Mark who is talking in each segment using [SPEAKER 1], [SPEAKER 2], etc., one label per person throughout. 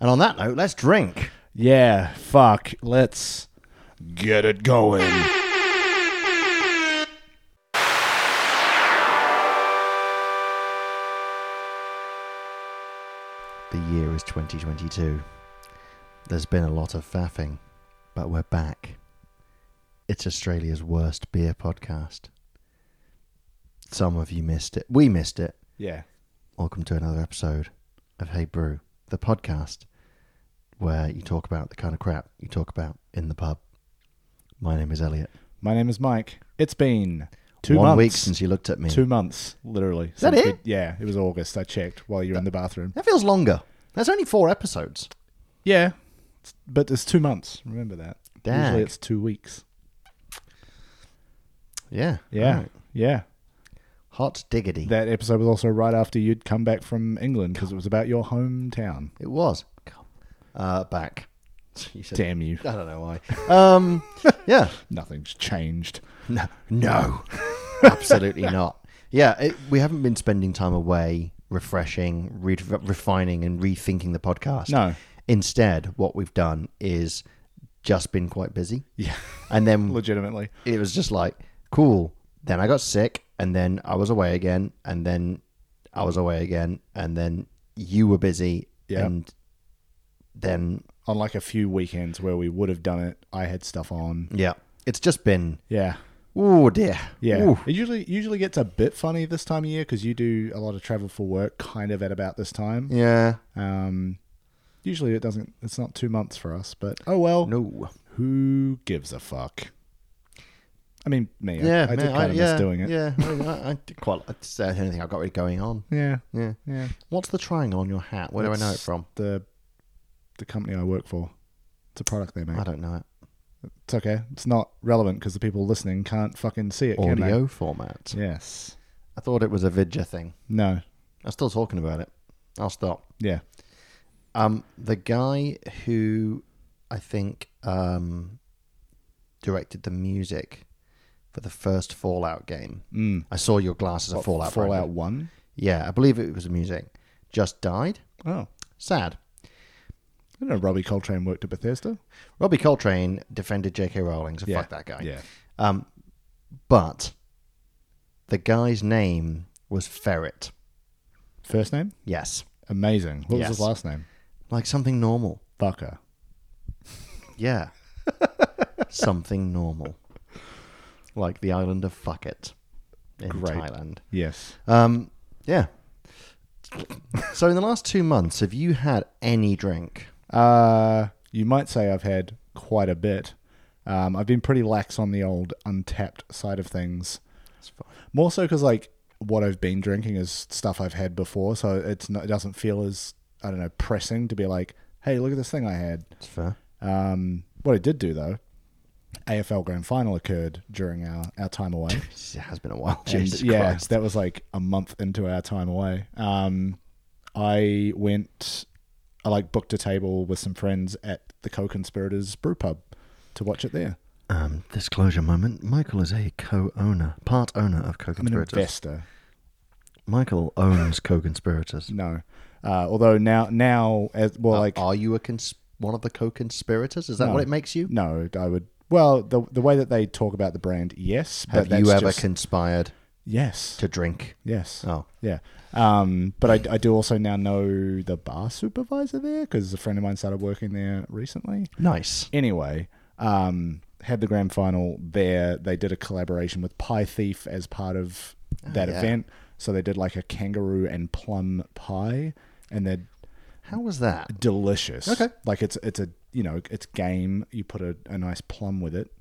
[SPEAKER 1] And on that note, let's drink.
[SPEAKER 2] Yeah, fuck. Let's get it going.
[SPEAKER 1] The year is 2022. There's been a lot of faffing, but we're back. It's Australia's worst beer podcast. Some of you missed it. We missed it.
[SPEAKER 2] Yeah.
[SPEAKER 1] Welcome to another episode of Hey Brew, the podcast where you talk about the kind of crap you talk about in the pub. My name is Elliot.
[SPEAKER 2] My name is Mike. It's been two
[SPEAKER 1] One
[SPEAKER 2] months.
[SPEAKER 1] week since you looked at me.
[SPEAKER 2] two months, literally.
[SPEAKER 1] that
[SPEAKER 2] since
[SPEAKER 1] it?
[SPEAKER 2] we- yeah, it was August. I checked while you were in the bathroom.
[SPEAKER 1] That feels longer. There's only four episodes.
[SPEAKER 2] Yeah, it's- but it's two months. Remember that.
[SPEAKER 1] Dag.
[SPEAKER 2] Usually it's two weeks.
[SPEAKER 1] Yeah.
[SPEAKER 2] Yeah,
[SPEAKER 1] Right.
[SPEAKER 2] yeah.
[SPEAKER 1] Hot diggity.
[SPEAKER 2] That episode was also right after you'd come back from England because it was about your hometown.
[SPEAKER 1] It was. Uh, back. You said-
[SPEAKER 2] Damn you!
[SPEAKER 1] I don't know why. Um, yeah.
[SPEAKER 2] Nothing's changed.
[SPEAKER 1] No. No. Absolutely not. Yeah, it, we haven't been spending time away refreshing, re- refining, and rethinking the podcast.
[SPEAKER 2] No.
[SPEAKER 1] Instead, what we've done is just been quite busy.
[SPEAKER 2] Yeah,
[SPEAKER 1] And then
[SPEAKER 2] legitimately.
[SPEAKER 1] it was just like, cool. Then I got sick, and then I was away again, and then I was away again, and then you were busy,
[SPEAKER 2] Yeah.
[SPEAKER 1] and then
[SPEAKER 2] On like a few weekends where we would have done it, I had stuff on.
[SPEAKER 1] yeah, it's just been
[SPEAKER 2] Yeah,
[SPEAKER 1] oh dear,
[SPEAKER 2] Yeah,
[SPEAKER 1] Ooh.
[SPEAKER 2] it usually usually gets a bit funny this time of year because you do a lot of travel for work, kind of at about this time.
[SPEAKER 1] yeah,
[SPEAKER 2] Um, usually it doesn't. It's not two months for us, but oh well.
[SPEAKER 1] no,
[SPEAKER 2] Who gives a fuck? I mean, me. I-
[SPEAKER 1] yeah,
[SPEAKER 2] I, did
[SPEAKER 1] man,
[SPEAKER 2] kind of
[SPEAKER 1] yeah,
[SPEAKER 2] miss doing it.
[SPEAKER 1] Yeah, I, I, I did quite. I just, I don't think I've got really going on.
[SPEAKER 2] yeah,
[SPEAKER 1] Yeah,
[SPEAKER 2] yeah.
[SPEAKER 1] what's the triangle on your hat? Where do I know it
[SPEAKER 2] It's
[SPEAKER 1] from?
[SPEAKER 2] The the company I work for. It's a product they make.
[SPEAKER 1] I don't know it.
[SPEAKER 2] It's okay. It's not relevant because the people listening can't fucking see it. can they?
[SPEAKER 1] Audio format.
[SPEAKER 2] Yes.
[SPEAKER 1] I thought it was a Vidja thing.
[SPEAKER 2] No.
[SPEAKER 1] I'm still talking about it. I'll stop.
[SPEAKER 2] Yeah.
[SPEAKER 1] Um, the guy who I think um, directed the music for the first Fallout game.
[SPEAKER 2] Mm.
[SPEAKER 1] I saw your glasses of Fallout. Brandon.
[SPEAKER 2] Fallout One.
[SPEAKER 1] Yeah, I believe it was music. Just died.
[SPEAKER 2] Oh,
[SPEAKER 1] Sad.
[SPEAKER 2] I didn't know Robbie Coltrane worked at Bethesda.
[SPEAKER 1] Robbie Coltrane defended J.K. Rowling. So
[SPEAKER 2] Yeah,
[SPEAKER 1] fuck that guy.
[SPEAKER 2] Yeah.
[SPEAKER 1] Um, but the guy's name was Ferret.
[SPEAKER 2] First name?
[SPEAKER 1] Yes,
[SPEAKER 2] Amazing. What was
[SPEAKER 1] Yes.
[SPEAKER 2] his last name?
[SPEAKER 1] like something normal.
[SPEAKER 2] Fucker.
[SPEAKER 1] Yeah, something normal. Like the island of Fuck It in
[SPEAKER 2] Great.
[SPEAKER 1] Thailand.
[SPEAKER 2] Yes.
[SPEAKER 1] Um, yeah. so in the last two months, have you had any drink?
[SPEAKER 2] Uh, you might say I've had quite a bit. Um, I've been pretty lax on the old untapped side of things.
[SPEAKER 1] That's fine.
[SPEAKER 2] More so because, like, what I've been drinking is stuff I've had before. So it's not, it doesn't feel as, I don't know, pressing to be like, hey, look at this thing I had.
[SPEAKER 1] That's fair.
[SPEAKER 2] Um, what it did do, though, AFL Grand Final occurred during our, our time away.
[SPEAKER 1] It has been a while.
[SPEAKER 2] And,
[SPEAKER 1] Jesus
[SPEAKER 2] yeah,
[SPEAKER 1] Christ.
[SPEAKER 2] that was like a month into our time away. Um, I went, I like booked a table with some friends at the Co-Conspirators Brew Pub to watch it there.
[SPEAKER 1] Um, disclosure moment. Michael is a co-owner, part owner of
[SPEAKER 2] I'm an
[SPEAKER 1] co-conspirators.
[SPEAKER 2] investor.
[SPEAKER 1] Michael owns co-conspirators.
[SPEAKER 2] No, uh, although now now as well like
[SPEAKER 1] Are you a cons- one of the co-conspirators? Is that
[SPEAKER 2] No.
[SPEAKER 1] what it makes you?
[SPEAKER 2] no, I would. Well, the the way that they talk about the brand, yes, but
[SPEAKER 1] Have
[SPEAKER 2] that's
[SPEAKER 1] you ever
[SPEAKER 2] just-
[SPEAKER 1] conspired
[SPEAKER 2] yes,
[SPEAKER 1] to drink?
[SPEAKER 2] yes,
[SPEAKER 1] Oh,
[SPEAKER 2] yeah. Um, but I, I do also now know the bar supervisor there because a friend of mine started working there recently.
[SPEAKER 1] nice.
[SPEAKER 2] Anyway, um, had the grand final there. They did a collaboration with Pie Thief as part of that
[SPEAKER 1] Oh, yeah.
[SPEAKER 2] event. So they did like a kangaroo and plum pie, and they're
[SPEAKER 1] How was that?
[SPEAKER 2] delicious.
[SPEAKER 1] Okay.
[SPEAKER 2] like it's it's a you know it's game. You put a, a nice plum with it.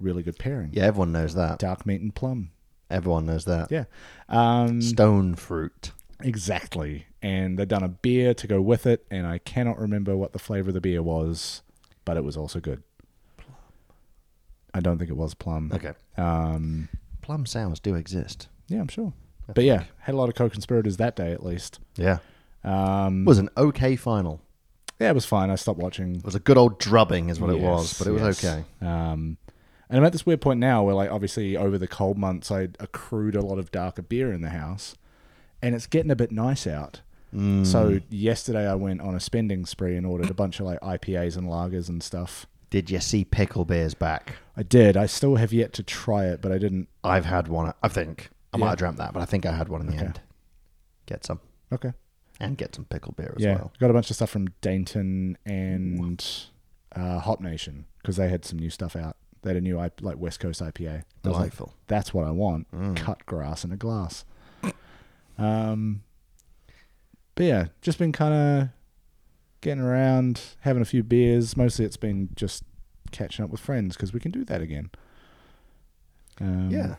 [SPEAKER 2] Really good pairing.
[SPEAKER 1] Yeah, everyone knows that.
[SPEAKER 2] Dark meat and plum.
[SPEAKER 1] Everyone knows that.
[SPEAKER 2] Yeah. Um,
[SPEAKER 1] Stone fruit.
[SPEAKER 2] exactly. And they've done a beer to go with it, and I cannot remember what the flavor of the beer was, but it was also good. I don't think it was plum.
[SPEAKER 1] Okay.
[SPEAKER 2] Um,
[SPEAKER 1] Plum sours do exist.
[SPEAKER 2] yeah, I'm sure. but yeah, had a lot of co-conspirators that day at least.
[SPEAKER 1] Yeah.
[SPEAKER 2] Um,
[SPEAKER 1] was an okay final.
[SPEAKER 2] yeah, it was fine. I stopped watching.
[SPEAKER 1] It was a good old drubbing, is what it
[SPEAKER 2] Yes,
[SPEAKER 1] was, but it was
[SPEAKER 2] yes.
[SPEAKER 1] okay.
[SPEAKER 2] Um, and I'm at this weird point now where, like, obviously over the cold months, I accrued a lot of darker beer in the house, and it's getting a bit nice out.
[SPEAKER 1] Mm.
[SPEAKER 2] So yesterday I went on a spending spree and ordered a bunch of like IPAs and lagers and stuff.
[SPEAKER 1] did you see pickle beers back?
[SPEAKER 2] I did. I still have yet to try it, but I didn't.
[SPEAKER 1] I've had one. I think I might
[SPEAKER 2] Yeah.
[SPEAKER 1] have dreamt that, but I think I had one in the
[SPEAKER 2] Okay.
[SPEAKER 1] end. Get some
[SPEAKER 2] Okay.
[SPEAKER 1] and get some pickle beer as
[SPEAKER 2] yeah.
[SPEAKER 1] well.
[SPEAKER 2] Got a bunch of stuff from Dainton and uh, Hop Nation because they had some new stuff out. They had a new I- like West Coast IPA. I was like,
[SPEAKER 1] Delightful.
[SPEAKER 2] that's what I want.
[SPEAKER 1] Mm.
[SPEAKER 2] Cut grass in a glass. um, but yeah, just been kind of getting around, having a few beers. Mostly, it's been just catching up with friends because we can do that again. Um,
[SPEAKER 1] yeah.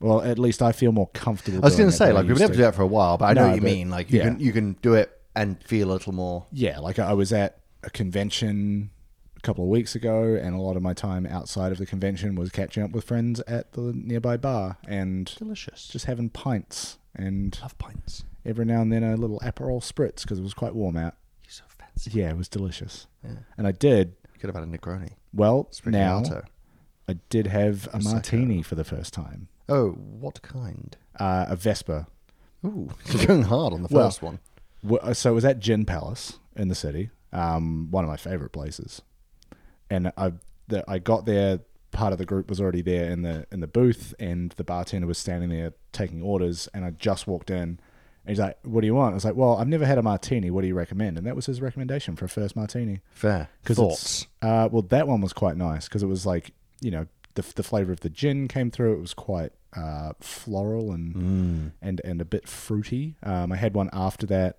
[SPEAKER 2] Well, at least I feel more comfortable.
[SPEAKER 1] I was
[SPEAKER 2] doing
[SPEAKER 1] going
[SPEAKER 2] it
[SPEAKER 1] to say
[SPEAKER 2] than I
[SPEAKER 1] like we've
[SPEAKER 2] used
[SPEAKER 1] been able to
[SPEAKER 2] to.
[SPEAKER 1] do that for a while, but I know
[SPEAKER 2] No,
[SPEAKER 1] what you
[SPEAKER 2] but-
[SPEAKER 1] mean. Like you
[SPEAKER 2] yeah.
[SPEAKER 1] can you can do it and feel a little more.
[SPEAKER 2] yeah, like I was at a convention a couple of weeks ago, and a lot of my time outside of the convention was catching up with friends at the nearby bar and
[SPEAKER 1] Delicious. Just
[SPEAKER 2] just having pints and
[SPEAKER 1] love pints.
[SPEAKER 2] every now and then a little Aperol spritz because it was quite warm out.
[SPEAKER 1] You're so fancy.
[SPEAKER 2] Yeah, it was delicious.
[SPEAKER 1] Yeah.
[SPEAKER 2] And I did,
[SPEAKER 1] Could have had a Negroni.
[SPEAKER 2] well, now
[SPEAKER 1] Sprigionato.
[SPEAKER 2] I did have a
[SPEAKER 1] Prosecco.
[SPEAKER 2] martini for the first time,
[SPEAKER 1] Oh, what kind?
[SPEAKER 2] uh, a Vespa.
[SPEAKER 1] Ooh, you're going hard on the
[SPEAKER 2] Well-
[SPEAKER 1] first one.
[SPEAKER 2] Wh- uh, So it was at Gin Palace in the city, um, one of my favorite places. And I, the, I got there. Part of the group was already there in the in the booth, and the bartender was standing there taking orders. And I just walked in, and he's like, "What do you want?" I was like, "Well, I've never had a martini. What do you recommend?" And that was his recommendation for a first martini.
[SPEAKER 1] Fair.
[SPEAKER 2] 'Cause
[SPEAKER 1] Thoughts.
[SPEAKER 2] Uh, well, that one was quite nice because it was like you know the the flavor of the gin came through. It was quite uh, floral and
[SPEAKER 1] Mm.
[SPEAKER 2] and and a bit fruity. Um, I had one after that,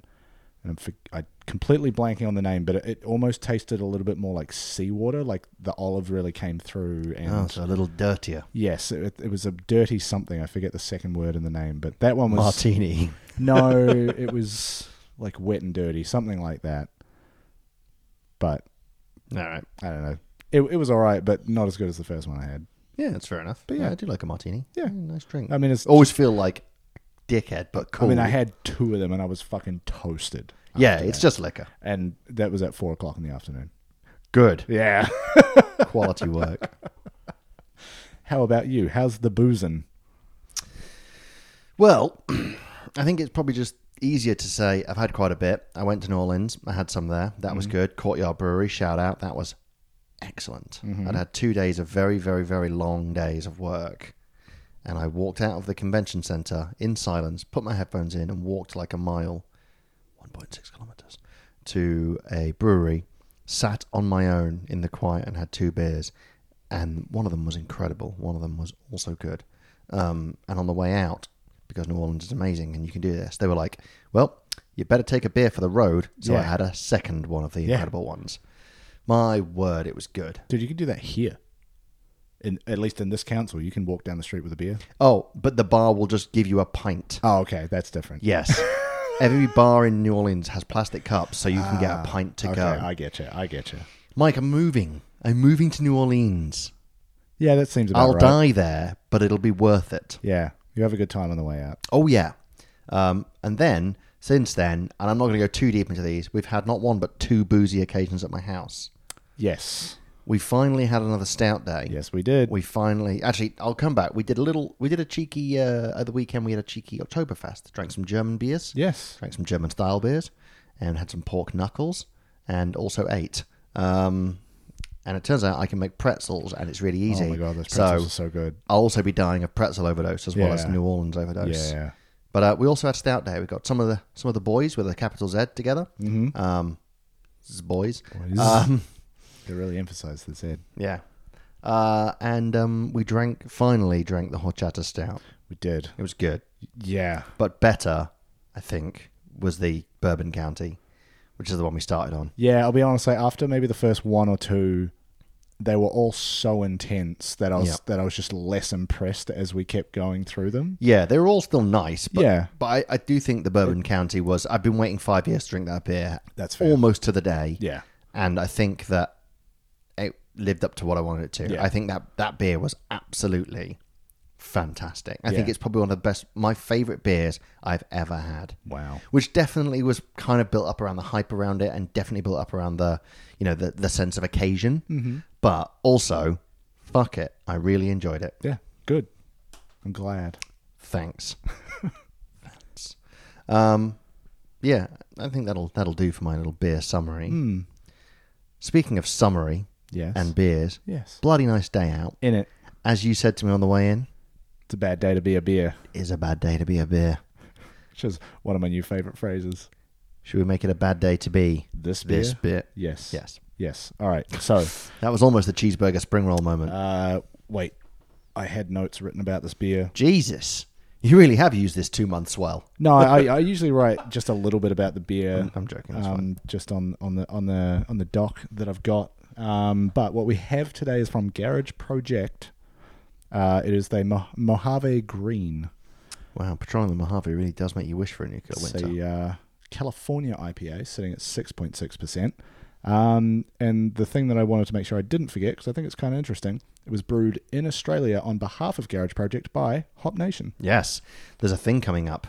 [SPEAKER 2] and I'm for, I completely blanking on the name, but it, it almost tasted a little bit more like seawater. Like the olive really came through, and
[SPEAKER 1] Oh, so a little dirtier.
[SPEAKER 2] yes, it, it was a dirty something. I forget the second word in the name, but that one was
[SPEAKER 1] Martini.
[SPEAKER 2] no, it was like wet and dirty, something like that. But
[SPEAKER 1] All right.
[SPEAKER 2] I don't know. It, it was all right, but not as good as the first one I had.
[SPEAKER 1] Yeah, that's fair enough. But yeah, I do like a martini.
[SPEAKER 2] Yeah.
[SPEAKER 1] nice drink.
[SPEAKER 2] I mean, it's.
[SPEAKER 1] Always feel like a dickhead, but
[SPEAKER 2] I
[SPEAKER 1] cool.
[SPEAKER 2] mean, I had two of them, and I was fucking toasted.
[SPEAKER 1] yeah,
[SPEAKER 2] after
[SPEAKER 1] it's
[SPEAKER 2] that.
[SPEAKER 1] just liquor.
[SPEAKER 2] and that was at four o'clock in the afternoon.
[SPEAKER 1] Good
[SPEAKER 2] Yeah.
[SPEAKER 1] quality work.
[SPEAKER 2] How about you? How's the boozing?
[SPEAKER 1] Well, I think it's probably just easier to say I've had quite a bit. I went to New Orleans. I had some there. That was
[SPEAKER 2] Mhm.
[SPEAKER 1] good. Courtyard Brewery, shout out. That was excellent.
[SPEAKER 2] Mm-hmm.
[SPEAKER 1] I'd had two days of very, very, very long days of work. And I walked out of the convention center in silence, put my headphones in, and walked like a mile, 1.6 kilometers, to a brewery, sat on my own in the quiet and had two beers. And one of them was incredible. One of them was also good. Um, and on the way out, because New Orleans is amazing and you can do this, they were like, well, you better take a beer for the road. So I
[SPEAKER 2] Yeah.
[SPEAKER 1] had a second one of the
[SPEAKER 2] Yeah.
[SPEAKER 1] incredible ones. My word, it was good.
[SPEAKER 2] Dude, you can do that here. In at least in this council, you can walk down the street with a beer.
[SPEAKER 1] Oh, but the bar will just give you a pint.
[SPEAKER 2] Oh, okay, that's different.
[SPEAKER 1] Yes. Every bar in New Orleans has plastic cups, so you can get a pint to
[SPEAKER 2] Ah, okay,
[SPEAKER 1] go.
[SPEAKER 2] I get you. I get you.
[SPEAKER 1] Mike, I'm moving. I'm moving to New Orleans.
[SPEAKER 2] Yeah, that seems about
[SPEAKER 1] I'll
[SPEAKER 2] right.
[SPEAKER 1] die there, but it'll be worth it.
[SPEAKER 2] Yeah, you have a good time on the way out.
[SPEAKER 1] Oh, yeah. Um, and then, since then, and I'm not going to go too deep into these, we've had not one but two boozy occasions at my house.
[SPEAKER 2] Yes,
[SPEAKER 1] We finally had another stout day.
[SPEAKER 2] yes, we did.
[SPEAKER 1] We finally, actually, I'll come back. We did a little, we did a cheeky, uh, at the weekend, we had a cheeky Oktoberfest. Drank some German beers.
[SPEAKER 2] yes,
[SPEAKER 1] drank some German style beers, and had some pork knuckles, and also ate. Um, and it turns out I can make pretzels, and it's really easy.
[SPEAKER 2] Oh my god, those
[SPEAKER 1] so
[SPEAKER 2] pretzels are so good.
[SPEAKER 1] I'll also be dying of pretzel overdose as well as
[SPEAKER 2] Yeah.
[SPEAKER 1] New Orleans overdose.
[SPEAKER 2] Yeah,
[SPEAKER 1] But uh, we also had stout day. We got some of the some of the boys with a capital Z together. Mm-hmm. Um, this is boys.
[SPEAKER 2] Boys.
[SPEAKER 1] Um,
[SPEAKER 2] they really emphasise this, Ed.
[SPEAKER 1] yeah. Uh, and um, we drank finally drank the horchata stout.
[SPEAKER 2] We did.
[SPEAKER 1] It was good.
[SPEAKER 2] Yeah,
[SPEAKER 1] but better, I think, was the Bourbon County, which is the one we started on.
[SPEAKER 2] Yeah, I'll be honest. Like after maybe the first one or two, they were all so intense that I was
[SPEAKER 1] Yeah.
[SPEAKER 2] that I was just less impressed as we kept going through them.
[SPEAKER 1] Yeah, they were all still nice, but,
[SPEAKER 2] Yeah.
[SPEAKER 1] but I, I do think the Bourbon County was. I've been waiting five years to drink that beer.
[SPEAKER 2] That's fair.
[SPEAKER 1] almost to the day.
[SPEAKER 2] Yeah,
[SPEAKER 1] And I think that it lived up to what I wanted it to.
[SPEAKER 2] Yeah.
[SPEAKER 1] I think that that beer was absolutely fantastic. I think
[SPEAKER 2] Yeah.
[SPEAKER 1] it's probably one of the best, my favorite beers I've ever had.
[SPEAKER 2] wow.
[SPEAKER 1] which definitely was kind of built up around the hype around it and definitely built up around the you know the, the sense of occasion mm-hmm. but also fuck it i really enjoyed it
[SPEAKER 2] Yeah, good. I'm glad.
[SPEAKER 1] thanks thanks Um, yeah, I think that'll that'll do for my little beer summary.
[SPEAKER 2] Hmm.
[SPEAKER 1] Speaking of summary
[SPEAKER 2] Yes.
[SPEAKER 1] and beers,
[SPEAKER 2] yes.
[SPEAKER 1] bloody nice day out.
[SPEAKER 2] In it,
[SPEAKER 1] As you said to me on the way in,
[SPEAKER 2] it's a bad day to be a beer,
[SPEAKER 1] is a bad day to be a beer.
[SPEAKER 2] which is one of my new favorite phrases.
[SPEAKER 1] Should we make it a bad day to be
[SPEAKER 2] This beer.
[SPEAKER 1] this beer?
[SPEAKER 2] Yes.
[SPEAKER 1] Yes.
[SPEAKER 2] Yes. All right. So,
[SPEAKER 1] That was almost the cheeseburger spring roll moment.
[SPEAKER 2] uh, wait. I had notes written about this beer.
[SPEAKER 1] Jesus. You really have used this two months well.
[SPEAKER 2] No, I, I usually write just a little bit about the beer.
[SPEAKER 1] I'm joking. That's fine.
[SPEAKER 2] um, just on, on the on the on the dock that I've got. Um, but what we have today is from Garage Project. Uh, it is the Mo- Mojave Green.
[SPEAKER 1] Wow, patrolling the Mojave really does make you wish for a nuclear
[SPEAKER 2] It's
[SPEAKER 1] winter.
[SPEAKER 2] a uh, California IPA sitting at six point six percent. Um, and the thing that I wanted to make sure I didn't forget because I think it's kind of interesting. It was brewed in Australia on behalf of Garage Project by Hop Nation.
[SPEAKER 1] Yes, there's a thing coming up.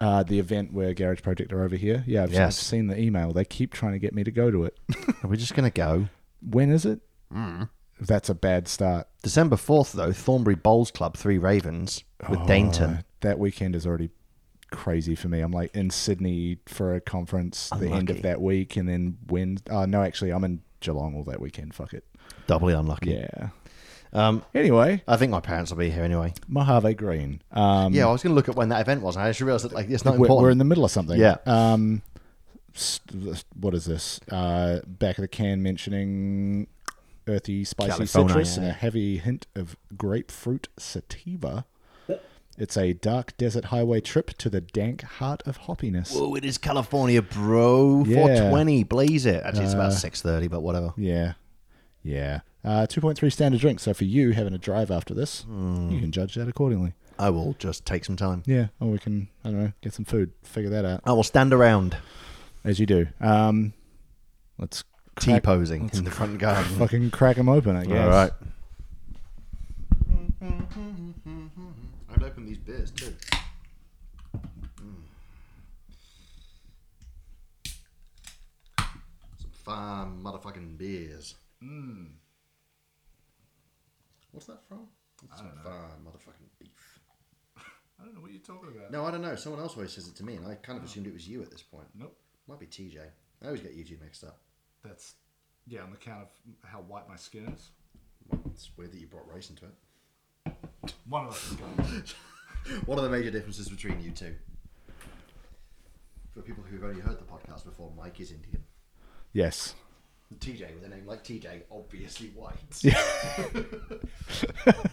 [SPEAKER 2] Uh, the event where Garage Project are over here. Yeah, I've, I've
[SPEAKER 1] Yes.
[SPEAKER 2] seen the email. They keep trying to get me to go to it.
[SPEAKER 1] Are we just going to go?
[SPEAKER 2] when is it? That's a bad start.
[SPEAKER 1] December 4th, though, Thornbury Bowls Club, Three Ravens with
[SPEAKER 2] Uh,
[SPEAKER 1] Dainton.
[SPEAKER 2] that weekend is already crazy for me. I'm like in Sydney for a conference the end
[SPEAKER 1] Unlucky.
[SPEAKER 2] of that week, and then when? Uh, no, actually, I'm in Geelong all that weekend. Fuck it.
[SPEAKER 1] Doubly unlucky.
[SPEAKER 2] Yeah.
[SPEAKER 1] Um,
[SPEAKER 2] Anyway,
[SPEAKER 1] I think my parents will be here anyway.
[SPEAKER 2] Mojave Green. Um,
[SPEAKER 1] Yeah, I was going to look at when that event was, and I just realised that like it's not
[SPEAKER 2] we're,
[SPEAKER 1] important.
[SPEAKER 2] we're in the middle of something.
[SPEAKER 1] Yeah.
[SPEAKER 2] Um, st- what is this? Uh, back of the can mentioning earthy, spicy
[SPEAKER 1] California,
[SPEAKER 2] citrus and
[SPEAKER 1] yeah.
[SPEAKER 2] a heavy hint of grapefruit sativa. It's a dark desert highway trip to the dank heart of hoppiness.
[SPEAKER 1] Whoa, it is California, bro.
[SPEAKER 2] Yeah. Uh,
[SPEAKER 1] 420, blaze it. Actually, it's about 6.30, but whatever.
[SPEAKER 2] Yeah. Yeah. Uh, 2.3 standard drink. So for you having a drive after this,
[SPEAKER 1] Hmm.
[SPEAKER 2] you can judge that accordingly.
[SPEAKER 1] I will just take some time.
[SPEAKER 2] Yeah. Or we can, I don't know, get some food, figure that out
[SPEAKER 1] I will stand around,
[SPEAKER 2] as you do. Um, let's crack,
[SPEAKER 1] T-posing in the front garden.
[SPEAKER 2] fucking crack them open, I guess.
[SPEAKER 1] All right. Mm-hmm. I'd open these beers too. Mm. Some fine motherfucking beers. Mmm. What's that from? That's some fine motherfucking beef.
[SPEAKER 2] I don't know what you're talking about.
[SPEAKER 1] No, I don't know. Someone else always says it to me, and I kind of assumed it was you at this point.
[SPEAKER 2] Nope.
[SPEAKER 1] Might be TJ. I always get you two mixed up.
[SPEAKER 2] That's, yeah, on the count of how white my skin is.
[SPEAKER 1] It's weird that you brought race into it.
[SPEAKER 2] One of us is going.
[SPEAKER 1] What are the major differences between you two? For people who've only heard the podcast before, Mike is Indian.
[SPEAKER 2] yes.
[SPEAKER 1] TJ, with a name like TJ, obviously white.
[SPEAKER 2] Yeah.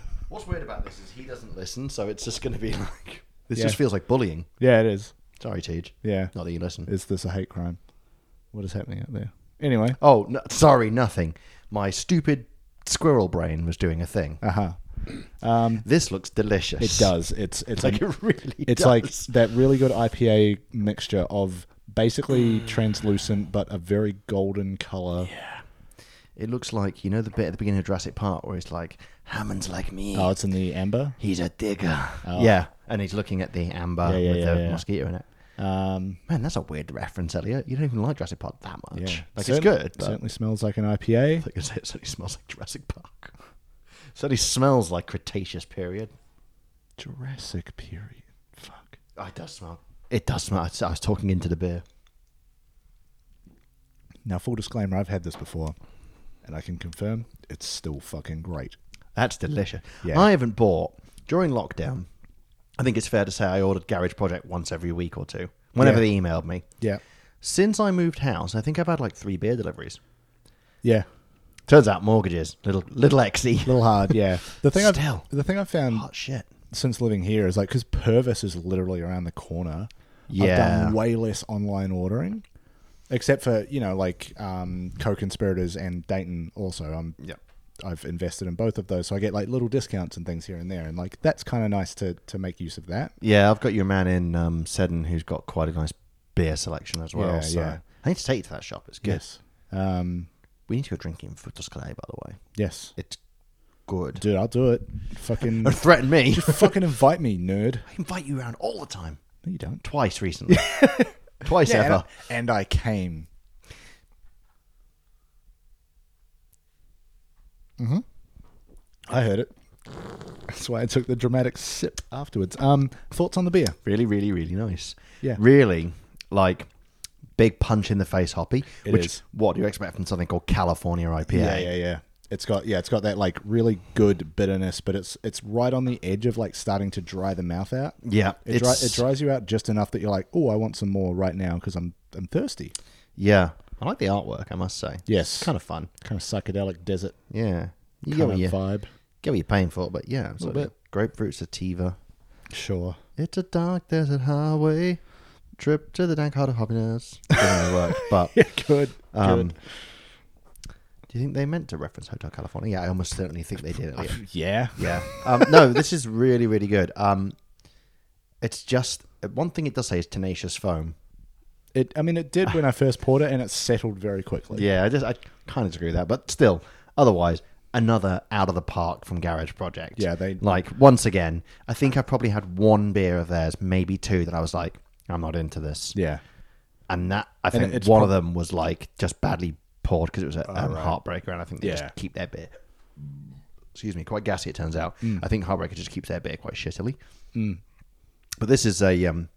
[SPEAKER 1] What's weird about this is he doesn't listen, so it's just going to be like. This
[SPEAKER 2] Yeah.
[SPEAKER 1] just feels like bullying.
[SPEAKER 2] Yeah, it is.
[SPEAKER 1] Sorry, TJ.
[SPEAKER 2] Yeah.
[SPEAKER 1] Not that you listen.
[SPEAKER 2] Is this a hate crime? What is happening out there? Anyway.
[SPEAKER 1] Oh, no, sorry, nothing. My stupid squirrel brain was doing a thing.
[SPEAKER 2] Uh huh.
[SPEAKER 1] This looks
[SPEAKER 2] It
[SPEAKER 1] delicious.
[SPEAKER 2] does. It's it's
[SPEAKER 1] Like,
[SPEAKER 2] a-
[SPEAKER 1] it really
[SPEAKER 2] it's
[SPEAKER 1] does.
[SPEAKER 2] like that really good IPA mixture of basically
[SPEAKER 1] Mm.
[SPEAKER 2] translucent but a very golden color.
[SPEAKER 1] It looks like, you know, the bit at the beginning of Jurassic Park where it's like, Hammond's like me.
[SPEAKER 2] Oh, it's in the amber.
[SPEAKER 1] He's a digger. Yeah, Oh. and he's looking at the amber
[SPEAKER 2] Yeah, yeah,
[SPEAKER 1] with
[SPEAKER 2] yeah,
[SPEAKER 1] the
[SPEAKER 2] yeah.
[SPEAKER 1] mosquito in it.
[SPEAKER 2] Um,
[SPEAKER 1] Man, that's a weird reference, Elliot. You don't even like Jurassic Park that
[SPEAKER 2] yeah,
[SPEAKER 1] much. Like
[SPEAKER 2] Certain-
[SPEAKER 1] it's good, but
[SPEAKER 2] Certainly smells like an IPA.
[SPEAKER 1] I could say it certainly smells like Jurassic Park. certainly smells like Cretaceous period.
[SPEAKER 2] Jurassic period. Fuck.
[SPEAKER 1] Oh, it does smell. It does smell. I was- I was talking into the beer.
[SPEAKER 2] Now, full disclaimer: I've had this before, and I can confirm it's still fucking great.
[SPEAKER 1] That's delicious.
[SPEAKER 2] Yeah.
[SPEAKER 1] I haven't bought during lockdown. I think it's fair to say I ordered Garage Project once every week or two, whenever
[SPEAKER 2] Yeah.
[SPEAKER 1] they emailed me.
[SPEAKER 2] Yeah.
[SPEAKER 1] Since I moved house, I think I've had like three beer deliveries.
[SPEAKER 2] Yeah.
[SPEAKER 1] Turns out mortgages, little little E. exy.
[SPEAKER 2] A little hard. Yeah. The thing I've
[SPEAKER 1] Still.
[SPEAKER 2] the thing I found
[SPEAKER 1] Hot shit.
[SPEAKER 2] since living here is like because Purvis is literally around the corner. I've
[SPEAKER 1] Yeah.
[SPEAKER 2] done way less online ordering, except for you know like um, co-conspirators and Dayton. Also, I'm
[SPEAKER 1] Yep.
[SPEAKER 2] I've invested in both of those, so I get like little discounts and things here and there, and like that's kind of nice to to make use of that.
[SPEAKER 1] Yeah, I've got your man in um, Seddon who's got quite a nice beer selection as well.
[SPEAKER 2] Yeah,
[SPEAKER 1] so
[SPEAKER 2] yeah.
[SPEAKER 1] I need to take you to that shop. It's good.
[SPEAKER 2] Um,
[SPEAKER 1] We need to go drinking for Tuscalay, by the way.
[SPEAKER 2] yes,
[SPEAKER 1] It's good.
[SPEAKER 2] dude, I'll do it. Fucking
[SPEAKER 1] Don't threaten me.
[SPEAKER 2] fucking invite me, nerd.
[SPEAKER 1] I invite you around all the time.
[SPEAKER 2] No, you don't.
[SPEAKER 1] Twice recently. Twice
[SPEAKER 2] and,
[SPEAKER 1] ever.
[SPEAKER 2] I, and I came. Mm-hmm. I heard it. That's why I took the dramatic sip afterwards. Um, thoughts on the beer?
[SPEAKER 1] Really, really, really nice.
[SPEAKER 2] Yeah.
[SPEAKER 1] Really, like big punch in the face hoppy.
[SPEAKER 2] It
[SPEAKER 1] which
[SPEAKER 2] is.
[SPEAKER 1] what do you expect from something called California IPA?
[SPEAKER 2] Yeah, yeah, yeah. It's got yeah, it's got that like really good bitterness, but it's it's right on the edge of like starting to dry the mouth out.
[SPEAKER 1] Yeah,
[SPEAKER 2] It, dry, it dries you out just enough that you're like, oh, I want some more right now because I'm I'm thirsty.
[SPEAKER 1] Yeah, I like the artwork. I must say,
[SPEAKER 2] Yes,
[SPEAKER 1] it's kind of fun.
[SPEAKER 2] kind of psychedelic desert
[SPEAKER 1] Yeah, you get
[SPEAKER 2] kind
[SPEAKER 1] what,
[SPEAKER 2] of
[SPEAKER 1] you,
[SPEAKER 2] vibe.
[SPEAKER 1] get what you're paying for, but yeah, it's a
[SPEAKER 2] Little
[SPEAKER 1] bit. Grapefruit sativa.
[SPEAKER 2] Sure.
[SPEAKER 1] It's a dark desert highway. Trip to the dank heart of hoppiness. Doesn't really work, but
[SPEAKER 2] Yeah, good.
[SPEAKER 1] Um, do you think they meant to reference Hotel California? Yeah, I almost certainly think they did. At least.
[SPEAKER 2] good. Yeah.
[SPEAKER 1] Yeah. Um, no, this is really, really good. Um, it's just one thing it does say is tenacious foam.
[SPEAKER 2] It. I mean, it did when I first poured it, and it settled very quickly.
[SPEAKER 1] Yeah, I just I kind of disagree with that, but still, otherwise, another out of the park from Garage Project.
[SPEAKER 2] Yeah, they-
[SPEAKER 1] like once again. I think I probably had one beer of theirs, maybe two, that I was like, I'm not into this,
[SPEAKER 2] Yeah.
[SPEAKER 1] and that I think
[SPEAKER 2] it's
[SPEAKER 1] one
[SPEAKER 2] prob- Oh,
[SPEAKER 1] of them was like just badly poured because it was a um, heartbreaker, and I think they
[SPEAKER 2] Yeah.
[SPEAKER 1] just keep their beer. Excuse me, quite gassy. It turns out.
[SPEAKER 2] Mm.
[SPEAKER 1] I think Heartbreaker just keeps their beer quite shittily. But this is a um,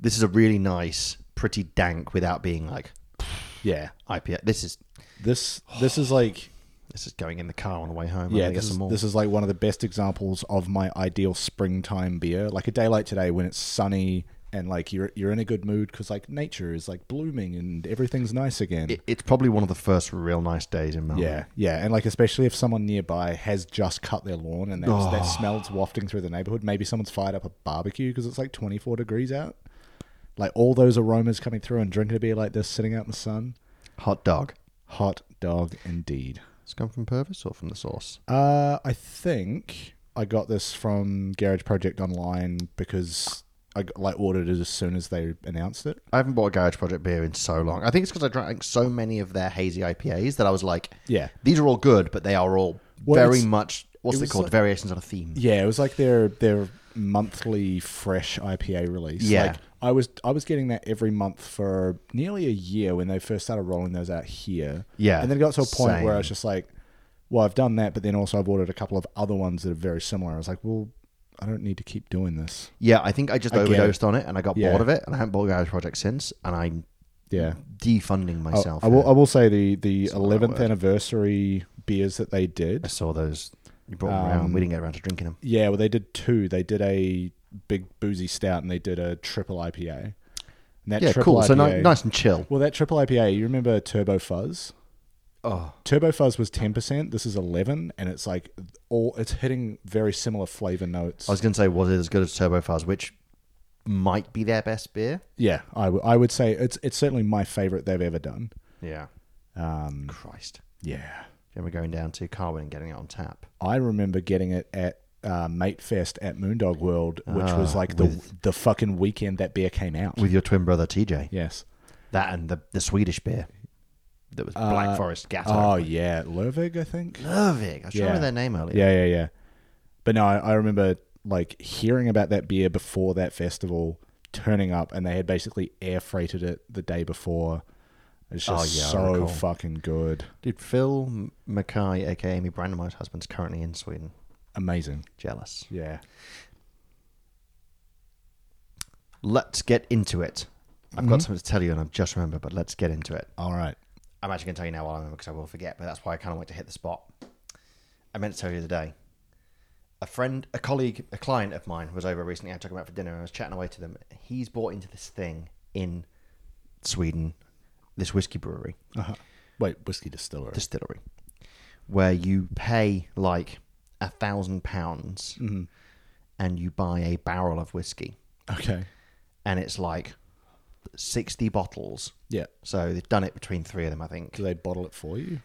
[SPEAKER 1] this is a really nice, pretty dank without being like
[SPEAKER 2] Yeah.
[SPEAKER 1] IPA. This is
[SPEAKER 2] This. This is like.
[SPEAKER 1] This is going in the car on the way home.
[SPEAKER 2] Yeah,
[SPEAKER 1] I'm gonna get
[SPEAKER 2] this is,
[SPEAKER 1] some more.
[SPEAKER 2] this is like one of the best examples of my ideal springtime beer. Like a day like today when it's sunny and like you're you're in a good mood because like nature is like blooming and everything's nice again.
[SPEAKER 1] It- it's probably one of the first real nice days in Melbourne.
[SPEAKER 2] yeah, yeah, and like especially if someone nearby has just cut their lawn and that, that smells wafting through the neighborhood. Maybe someone's fired up a barbecue because it's like 24 degrees out. Like all those aromas coming through and drinking a beer like this, sitting out in the sun.
[SPEAKER 1] Hot dog.
[SPEAKER 2] Hot dog indeed.
[SPEAKER 1] It's come from Purvis or from the source?
[SPEAKER 2] Uh, I think I got this from Garage Project Online because I got- like ordered it as soon as they announced it.
[SPEAKER 1] I haven't bought a Garage Project beer in so long. I think it's because I drank so many of their hazy IPAs that I was like,
[SPEAKER 2] Yeah.
[SPEAKER 1] these are all good, but they are all
[SPEAKER 2] Well,
[SPEAKER 1] very
[SPEAKER 2] it's-
[SPEAKER 1] much, what's it,
[SPEAKER 2] it was
[SPEAKER 1] called?
[SPEAKER 2] like-
[SPEAKER 1] Variations on a theme.
[SPEAKER 2] Yeah, it was like their their monthly fresh IPA release.
[SPEAKER 1] Yeah.
[SPEAKER 2] Like I was I was getting that every month for nearly a year when they first started rolling those out here.
[SPEAKER 1] Yeah,
[SPEAKER 2] And then it got to a point where I was
[SPEAKER 1] same.
[SPEAKER 2] just like, well, I've done that, but then also I've ordered a couple of other ones that are very similar. I was like, well, I don't need to keep doing this.
[SPEAKER 1] Yeah, I think I just
[SPEAKER 2] I get
[SPEAKER 1] overdosed on it and I got
[SPEAKER 2] Yeah.
[SPEAKER 1] bored of it and I haven't bought a Garage Project since and I'm Mm-hmm.
[SPEAKER 2] Yeah.
[SPEAKER 1] defunding myself.
[SPEAKER 2] I will.
[SPEAKER 1] now.
[SPEAKER 2] I will say the the
[SPEAKER 1] not that
[SPEAKER 2] eleventh
[SPEAKER 1] word.
[SPEAKER 2] anniversary beers that they
[SPEAKER 1] I
[SPEAKER 2] did.
[SPEAKER 1] saw those. You brought them
[SPEAKER 2] Um,
[SPEAKER 1] around. We didn't get around to drinking them.
[SPEAKER 2] Yeah, well, they did two. They did a big boozy stout and they did a triple IPA. And that
[SPEAKER 1] Yeah,
[SPEAKER 2] triple
[SPEAKER 1] cool.
[SPEAKER 2] IPA,
[SPEAKER 1] So ni- nice and chill.
[SPEAKER 2] Well, that triple IPA. You remember Turbo Fuzz?
[SPEAKER 1] Oh,
[SPEAKER 2] Turbo Fuzz was ten percent. This is eleven, and it's like all it's hitting very similar flavor notes.
[SPEAKER 1] I was going to say, was it as good as Turbo Fuzz, which might be their best beer?
[SPEAKER 2] yeah, I, w- I would say it's it's certainly my favorite they've ever done.
[SPEAKER 1] Yeah.
[SPEAKER 2] Um,
[SPEAKER 1] Christ.
[SPEAKER 2] yeah,
[SPEAKER 1] Then we're going down to Carwin and getting it on tap.
[SPEAKER 2] I remember getting it at uh, Matefest at Moondog World, which was
[SPEAKER 1] Ah,
[SPEAKER 2] like the the fucking weekend that beer came out.
[SPEAKER 1] With your twin brother TJ.
[SPEAKER 2] yes.
[SPEAKER 1] That and the, the Swedish beer that was Black Forest
[SPEAKER 2] Oh
[SPEAKER 1] Gatto.
[SPEAKER 2] yeah, Lervig, I think.
[SPEAKER 1] Lervig. I was trying
[SPEAKER 2] Yeah.
[SPEAKER 1] their name earlier.
[SPEAKER 2] Yeah, yeah, yeah. But no, I, I remember like hearing about that beer before that festival, turning up, and they had basically air freighted it the day before. It's
[SPEAKER 1] Oh,
[SPEAKER 2] just
[SPEAKER 1] yeah, I
[SPEAKER 2] so
[SPEAKER 1] recall.
[SPEAKER 2] fucking good,
[SPEAKER 1] Dude, Phil M- Mackay, aka Amy Brandemeier's husband's currently in Sweden.
[SPEAKER 2] amazing.
[SPEAKER 1] Jealous.
[SPEAKER 2] Yeah,
[SPEAKER 1] Let's get into it. I've
[SPEAKER 2] Mm-hmm.
[SPEAKER 1] got something to tell you and I've just remembered, but let's get into it.
[SPEAKER 2] all right.
[SPEAKER 1] I'm actually going to tell you now while I remember because I will forget, but that's why I kind of want to hit the spot. I meant to tell you today. A friend, a colleague, a client of mine was over recently. I took him out for dinner and I was chatting away to them. He's bought into this thing in Sweden, this whiskey brewery,
[SPEAKER 2] Uh-huh. Wait, whiskey distillery.
[SPEAKER 1] distillery, where you pay like a thousand pounds and you buy a barrel of whiskey.
[SPEAKER 2] okay.
[SPEAKER 1] And it's like 60 bottles.
[SPEAKER 2] Yeah.
[SPEAKER 1] So they've done it between three of them, I think.
[SPEAKER 2] Do they bottle it for you?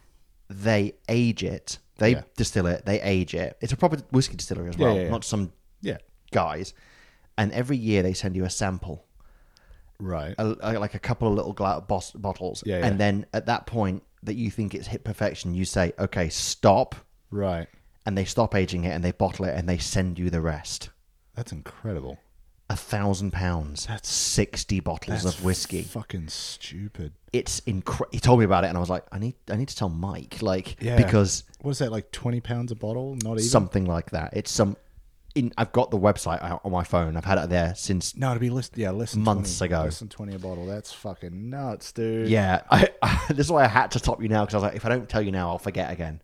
[SPEAKER 1] they age it. They
[SPEAKER 2] Yeah.
[SPEAKER 1] distill it. They age it. It's a proper whiskey distillery as
[SPEAKER 2] Yeah,
[SPEAKER 1] well,
[SPEAKER 2] yeah, yeah.
[SPEAKER 1] not some
[SPEAKER 2] Yeah.
[SPEAKER 1] guys. And every year they send you a sample,
[SPEAKER 2] Right. Uh,
[SPEAKER 1] a, a- like a couple of little gla- bos- bottles.
[SPEAKER 2] Yeah, yeah.
[SPEAKER 1] And then at that point that you think it's hit perfection, you say, okay, stop.
[SPEAKER 2] right.
[SPEAKER 1] And they stop aging it and they bottle it and they send you the rest.
[SPEAKER 2] That's incredible.
[SPEAKER 1] A thousand pounds. That's 60 bottles of whiskey.
[SPEAKER 2] Fucking stupid.
[SPEAKER 1] it's incredible. He told me about it and I was like, I need, I need to tell Mike, like,
[SPEAKER 2] Yeah.
[SPEAKER 1] because
[SPEAKER 2] What is that like? Twenty pounds a bottle? Not even.
[SPEAKER 1] something like that. It's some in, I've got the website out on my phone. I've had it there since.
[SPEAKER 2] No, to be less. Yeah, less than
[SPEAKER 1] Months
[SPEAKER 2] 20,
[SPEAKER 1] ago.
[SPEAKER 2] Less than twenty a bottle. That's fucking nuts, dude.
[SPEAKER 1] Yeah, I, this is why I had to top you now because I was like, if I don't tell you now, I'll forget again.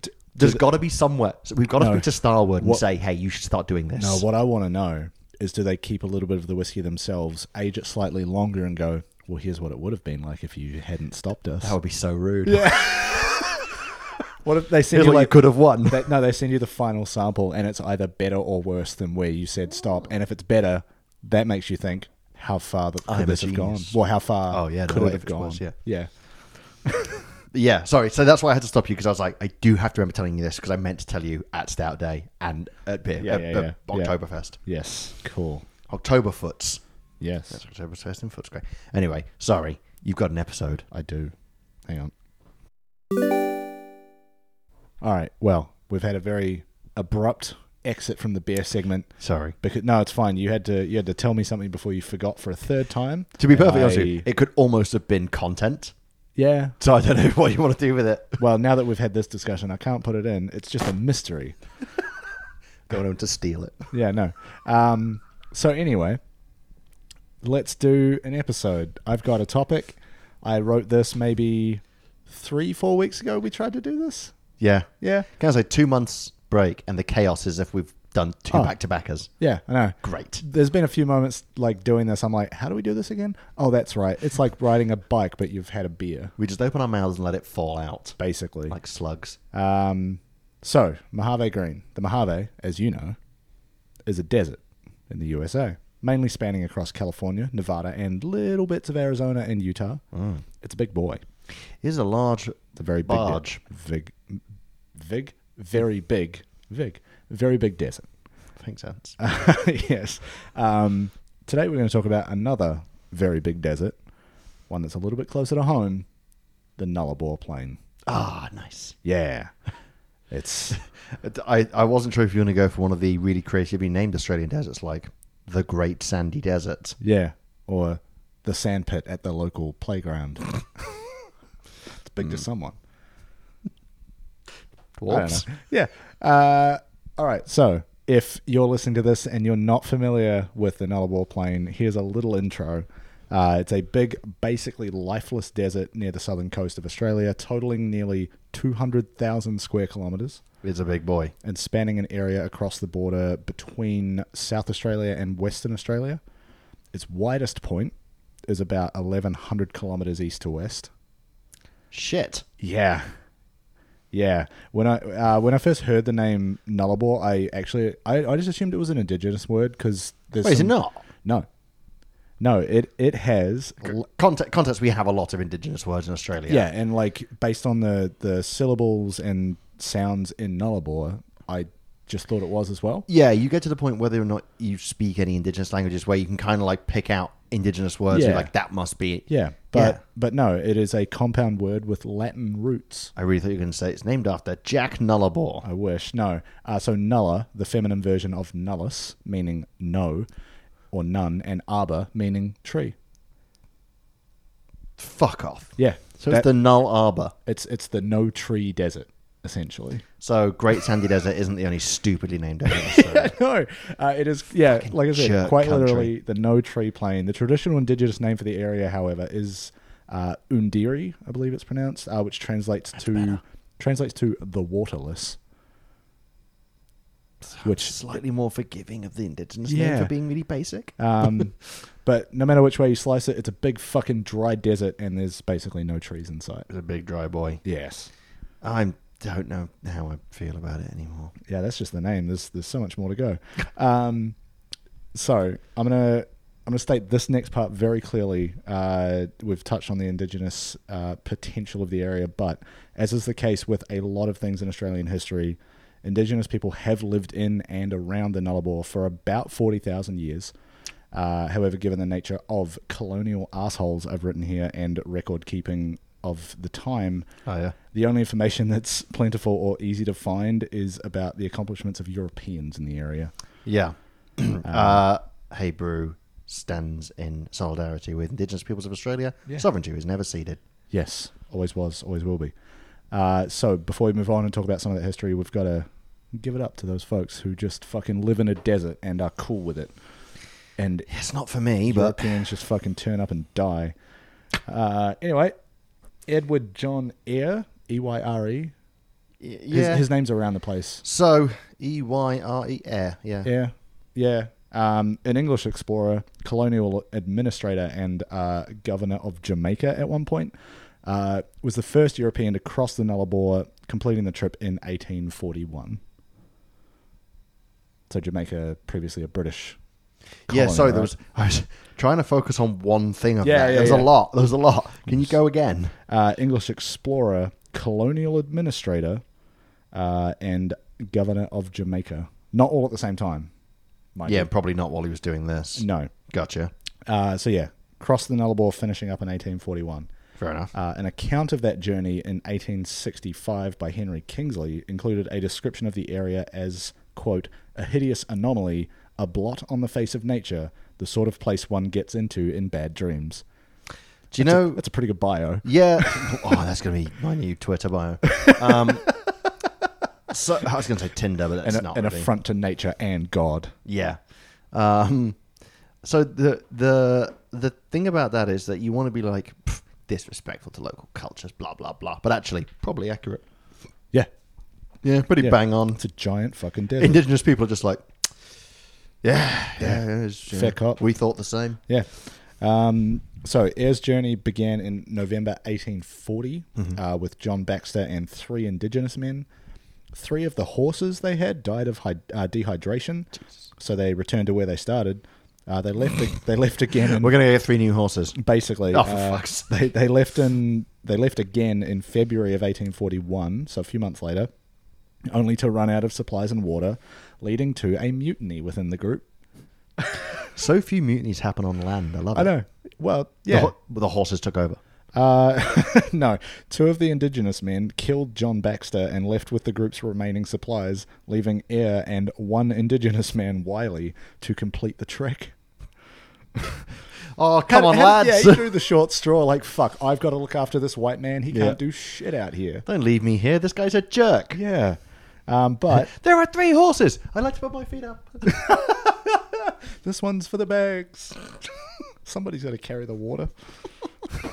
[SPEAKER 2] D-
[SPEAKER 1] There's got to be somewhere. So we've got to
[SPEAKER 2] No.
[SPEAKER 1] speak to Starwood and
[SPEAKER 2] What-
[SPEAKER 1] say, hey, you should start doing this.
[SPEAKER 2] No, what I want to know is do they keep a little bit of the whiskey themselves, age it slightly longer, and go, well, here's what it would have been like if you hadn't stopped us.
[SPEAKER 1] that would be so rude.
[SPEAKER 2] What if they send
[SPEAKER 1] Here's
[SPEAKER 2] you
[SPEAKER 1] what you
[SPEAKER 2] like.
[SPEAKER 1] could have won.
[SPEAKER 2] They, no, they send you the final sample, and it's either better or worse than where you said stop. And if it's better, that makes you think how far the,
[SPEAKER 1] I'm a
[SPEAKER 2] could this have gone?
[SPEAKER 1] genius.
[SPEAKER 2] Well, how far?
[SPEAKER 1] Oh, yeah, no,
[SPEAKER 2] could
[SPEAKER 1] if
[SPEAKER 2] it have
[SPEAKER 1] it's
[SPEAKER 2] gone?
[SPEAKER 1] worse, yeah.
[SPEAKER 2] yeah.
[SPEAKER 1] Yeah, sorry. So that's why I had to stop you because I was like, I do have to remember telling you this because I meant to tell you at Stout Day and at beer,
[SPEAKER 2] Yeah,
[SPEAKER 1] at,
[SPEAKER 2] yeah,
[SPEAKER 1] at
[SPEAKER 2] yeah.
[SPEAKER 1] Oktoberfest,
[SPEAKER 2] Yes. Cool.
[SPEAKER 1] Oktoberfoots.
[SPEAKER 2] Yes,
[SPEAKER 1] That's Oktoberfest in Footscray. Anyway, sorry, you've got an episode.
[SPEAKER 2] I do. Hang on. All right. Well, we've had a very abrupt exit from the beer segment.
[SPEAKER 1] Sorry.
[SPEAKER 2] because no, it's fine. You had to you had to tell me something before you forgot for a third time.
[SPEAKER 1] To be
[SPEAKER 2] And
[SPEAKER 1] perfectly honest,
[SPEAKER 2] I-
[SPEAKER 1] with you, it could almost have been content.
[SPEAKER 2] yeah.
[SPEAKER 1] So I don't know what you want to do with it.
[SPEAKER 2] Well, now that we've had this discussion, I can't put it in. It's just a mystery.
[SPEAKER 1] Don't want to steal it.
[SPEAKER 2] Yeah, no. Um, so anyway, let's do an episode. I've got a topic. I wrote this maybe three, four weeks ago. We tried to do this.
[SPEAKER 1] Yeah.
[SPEAKER 2] Yeah,
[SPEAKER 1] Can I say two months break and the chaos is if we've done two
[SPEAKER 2] Oh.
[SPEAKER 1] back to backers?
[SPEAKER 2] yeah. I know.
[SPEAKER 1] Great.
[SPEAKER 2] There's been a few moments like doing this. I'm like, how do we do this again? Oh, that's right. It's like riding a bike, but you've had a beer,
[SPEAKER 1] We just open our mouths and let it fall out
[SPEAKER 2] basically.
[SPEAKER 1] like slugs.
[SPEAKER 2] Um, so, Mojave Green. The Mojave, as you know, is a desert in the USA, mainly spanning across California, Nevada, and little bits of Arizona and Utah. It's a big boy.
[SPEAKER 1] Here's a large.
[SPEAKER 2] It's a very big
[SPEAKER 1] Barge.
[SPEAKER 2] de- Vig, vig, very big, vig, very big desert.
[SPEAKER 1] Makes sense.
[SPEAKER 2] yes. Um, today we're going to talk about another very big desert, one that's a little bit closer to home, the Nullarbor Plain.
[SPEAKER 1] Ah, nice.
[SPEAKER 2] Yeah, it's
[SPEAKER 1] I, I wasn't sure if you want to go for one of the really creatively named Australian deserts, like the Great Sandy Desert.
[SPEAKER 2] Yeah, or the sandpit at the local playground. it's big to someone. I don't
[SPEAKER 1] Whoops.
[SPEAKER 2] know. Yeah. Uh, all right. So if you're listening to this and you're not familiar with the Nullarbor Plain, here's a little intro. Uh, it's a big, basically lifeless desert near the southern coast of Australia, totaling nearly 200,000 square kilometres
[SPEAKER 1] It's a big boy.
[SPEAKER 2] and spanning an area across the border between South Australia and Western Australia. Its widest point is about 1,100 kilometers east to west.
[SPEAKER 1] Shit.
[SPEAKER 2] Yeah, yeah. When I uh, when I first heard the name Nullarbor, I actually I, I just assumed it was an indigenous word because there's
[SPEAKER 1] Wait, is it
[SPEAKER 2] some-
[SPEAKER 1] not?
[SPEAKER 2] No, no. It it has l-
[SPEAKER 1] Context, context, we have a lot of indigenous words in Australia.
[SPEAKER 2] yeah, and like based on the the syllables and sounds in Nullarbor, I just thought it was as well.
[SPEAKER 1] Yeah, you get to the point whether or not you speak any indigenous languages where you can kind of like pick out indigenous words. Yeah.
[SPEAKER 2] Yeah.
[SPEAKER 1] like, that must be it.
[SPEAKER 2] Yeah, but
[SPEAKER 1] Yeah.
[SPEAKER 2] but no, it is a compound word with Latin roots.
[SPEAKER 1] I really thought you were going to say it's named after Jack Nullarbor.
[SPEAKER 2] I wish no. Uh, so nulla, the feminine version of nullus, meaning no, or none, and arbor, meaning tree.
[SPEAKER 1] Fuck off.
[SPEAKER 2] Yeah,
[SPEAKER 1] So
[SPEAKER 2] that-
[SPEAKER 1] it's the Null Arbor.
[SPEAKER 2] it's it's the no tree desert essentially.
[SPEAKER 1] So Great Sandy Desert isn't the only stupidly named desert. in Australia.
[SPEAKER 2] no, uh, it is. Yeah, like I said,
[SPEAKER 1] jerk
[SPEAKER 2] quite
[SPEAKER 1] country.
[SPEAKER 2] literally the no tree plain. The traditional indigenous name for the area, however, is uh, Undiri, I believe it's pronounced, uh, which translates to translates to the waterless. Which
[SPEAKER 1] Slightly more forgiving of the indigenous
[SPEAKER 2] Yeah.
[SPEAKER 1] name for being really basic.
[SPEAKER 2] Um, but no matter which way you slice it, it's a big fucking dry desert, and there's basically no trees in sight.
[SPEAKER 1] It's a big dry boy.
[SPEAKER 2] Yes.
[SPEAKER 1] I don't know how I feel about it anymore.
[SPEAKER 2] Yeah, that's just the name. There's there's so much more to go. Um, so I'm gonna I'm gonna state this next part very clearly. Uh, we've touched on the indigenous uh, potential of the area, but as is the case with a lot of things in Australian history, indigenous people have lived in and around the Nullarbor for about forty thousand years. Uh, however, given the nature of colonial assholes I've written here and record keeping of the time,
[SPEAKER 1] Oh yeah.
[SPEAKER 2] the only information that's plentiful or easy to find is about the accomplishments of Europeans in the area.
[SPEAKER 1] Yeah. uh,
[SPEAKER 2] Um,
[SPEAKER 1] hey Brew stands in solidarity with Indigenous peoples of Australia.
[SPEAKER 2] Yeah.
[SPEAKER 1] Sovereignty was never ceded.
[SPEAKER 2] Yes, always was, always will be. Uh, so before we move on and talk about some of that history, we've got to Give it up to those folks who just fucking live in a desert and are cool with it. And
[SPEAKER 1] It's not for me, but
[SPEAKER 2] Europeans just fucking turn up and die. Uh, anyway, Edward John Eyre, E Y R E.
[SPEAKER 1] Y-
[SPEAKER 2] His,
[SPEAKER 1] yeah.
[SPEAKER 2] his name's around the place.
[SPEAKER 1] so E Y R E air, yeah.
[SPEAKER 2] Yeah, yeah. Um, an English explorer, colonial administrator, and uh, governor of Jamaica at one point. Uh, was the first European to cross the Nullarbor, completing the trip in 1841. So Jamaica, previously a British.
[SPEAKER 1] Yeah,
[SPEAKER 2] colony,
[SPEAKER 1] sorry, there was
[SPEAKER 2] right?
[SPEAKER 1] I was trying to focus on one thing of
[SPEAKER 2] Yeah,
[SPEAKER 1] that.
[SPEAKER 2] yeah,
[SPEAKER 1] there was
[SPEAKER 2] yeah.
[SPEAKER 1] a lot. There was a lot. Can you go again?
[SPEAKER 2] uh, English explorer, colonial administrator, uh, and governor of Jamaica. Not all at the same time. mind
[SPEAKER 1] Yeah,
[SPEAKER 2] you.
[SPEAKER 1] probably not while he was doing this.
[SPEAKER 2] No.
[SPEAKER 1] Gotcha.
[SPEAKER 2] Uh, so yeah, crossed the Nullarbor, finishing up in 1841.
[SPEAKER 1] Fair enough.
[SPEAKER 2] Uh, an account of that journey in 1865 by Henry Kingsley included a description of the area as, quote, a hideous anomaly, a blot on the face of nature, the sort of place one gets into in bad dreams.
[SPEAKER 1] Do you
[SPEAKER 2] That's a-
[SPEAKER 1] know?
[SPEAKER 2] that's a pretty good bio.
[SPEAKER 1] Yeah. oh, that's gonna be my new Twitter bio. Um, so I was gonna say Tinder, but that's
[SPEAKER 2] An,
[SPEAKER 1] not
[SPEAKER 2] an
[SPEAKER 1] really.
[SPEAKER 2] affront to nature and God.
[SPEAKER 1] Yeah. Um, so the the the thing about that is that you want to be like "Pff, disrespectful to local cultures, blah blah blah, but actually probably accurate.
[SPEAKER 2] Yeah,
[SPEAKER 1] Yeah, pretty
[SPEAKER 2] Yeah.
[SPEAKER 1] bang on.
[SPEAKER 2] It's a giant fucking desert.
[SPEAKER 1] Indigenous people are just like, yeah, yeah, it's, you
[SPEAKER 2] Fair
[SPEAKER 1] know,
[SPEAKER 2] cop.
[SPEAKER 1] We thought the same.
[SPEAKER 2] yeah. Um, so Ayres' journey began in November 1840
[SPEAKER 1] Mm-hmm.
[SPEAKER 2] uh, with John Baxter and three indigenous men. Three of the horses they had died of hy- uh, dehydration, so they returned to where they started. Uh, they left. they left again. In,
[SPEAKER 1] We're gonna get three new horses.
[SPEAKER 2] basically,
[SPEAKER 1] Oh, for
[SPEAKER 2] uh,
[SPEAKER 1] fuck's sake.
[SPEAKER 2] they they left in they left again in February of 1841, so a few months later, only to run out of supplies and water, leading to a mutiny within the group.
[SPEAKER 1] So few mutinies happen on land. I love it.
[SPEAKER 2] I know. Well,
[SPEAKER 1] The,
[SPEAKER 2] yeah.
[SPEAKER 1] ho- the horses took over.
[SPEAKER 2] Uh, no, two of the indigenous men killed John Baxter and left with the group's remaining supplies, leaving Eyre and one indigenous man, Wiley, to complete the trek.
[SPEAKER 1] Oh come
[SPEAKER 2] Had-
[SPEAKER 1] on,
[SPEAKER 2] had-
[SPEAKER 1] lads!
[SPEAKER 2] Yeah, he drew the short straw. Like fuck, I've got to look after this white man. He
[SPEAKER 1] Yeah.
[SPEAKER 2] can't do shit out here.
[SPEAKER 1] Don't leave me here. This guy's a jerk.
[SPEAKER 2] Yeah, um, but
[SPEAKER 1] There are three horses. I'd like to put my feet up.
[SPEAKER 2] this one's for the bags. Somebody's got to carry the water.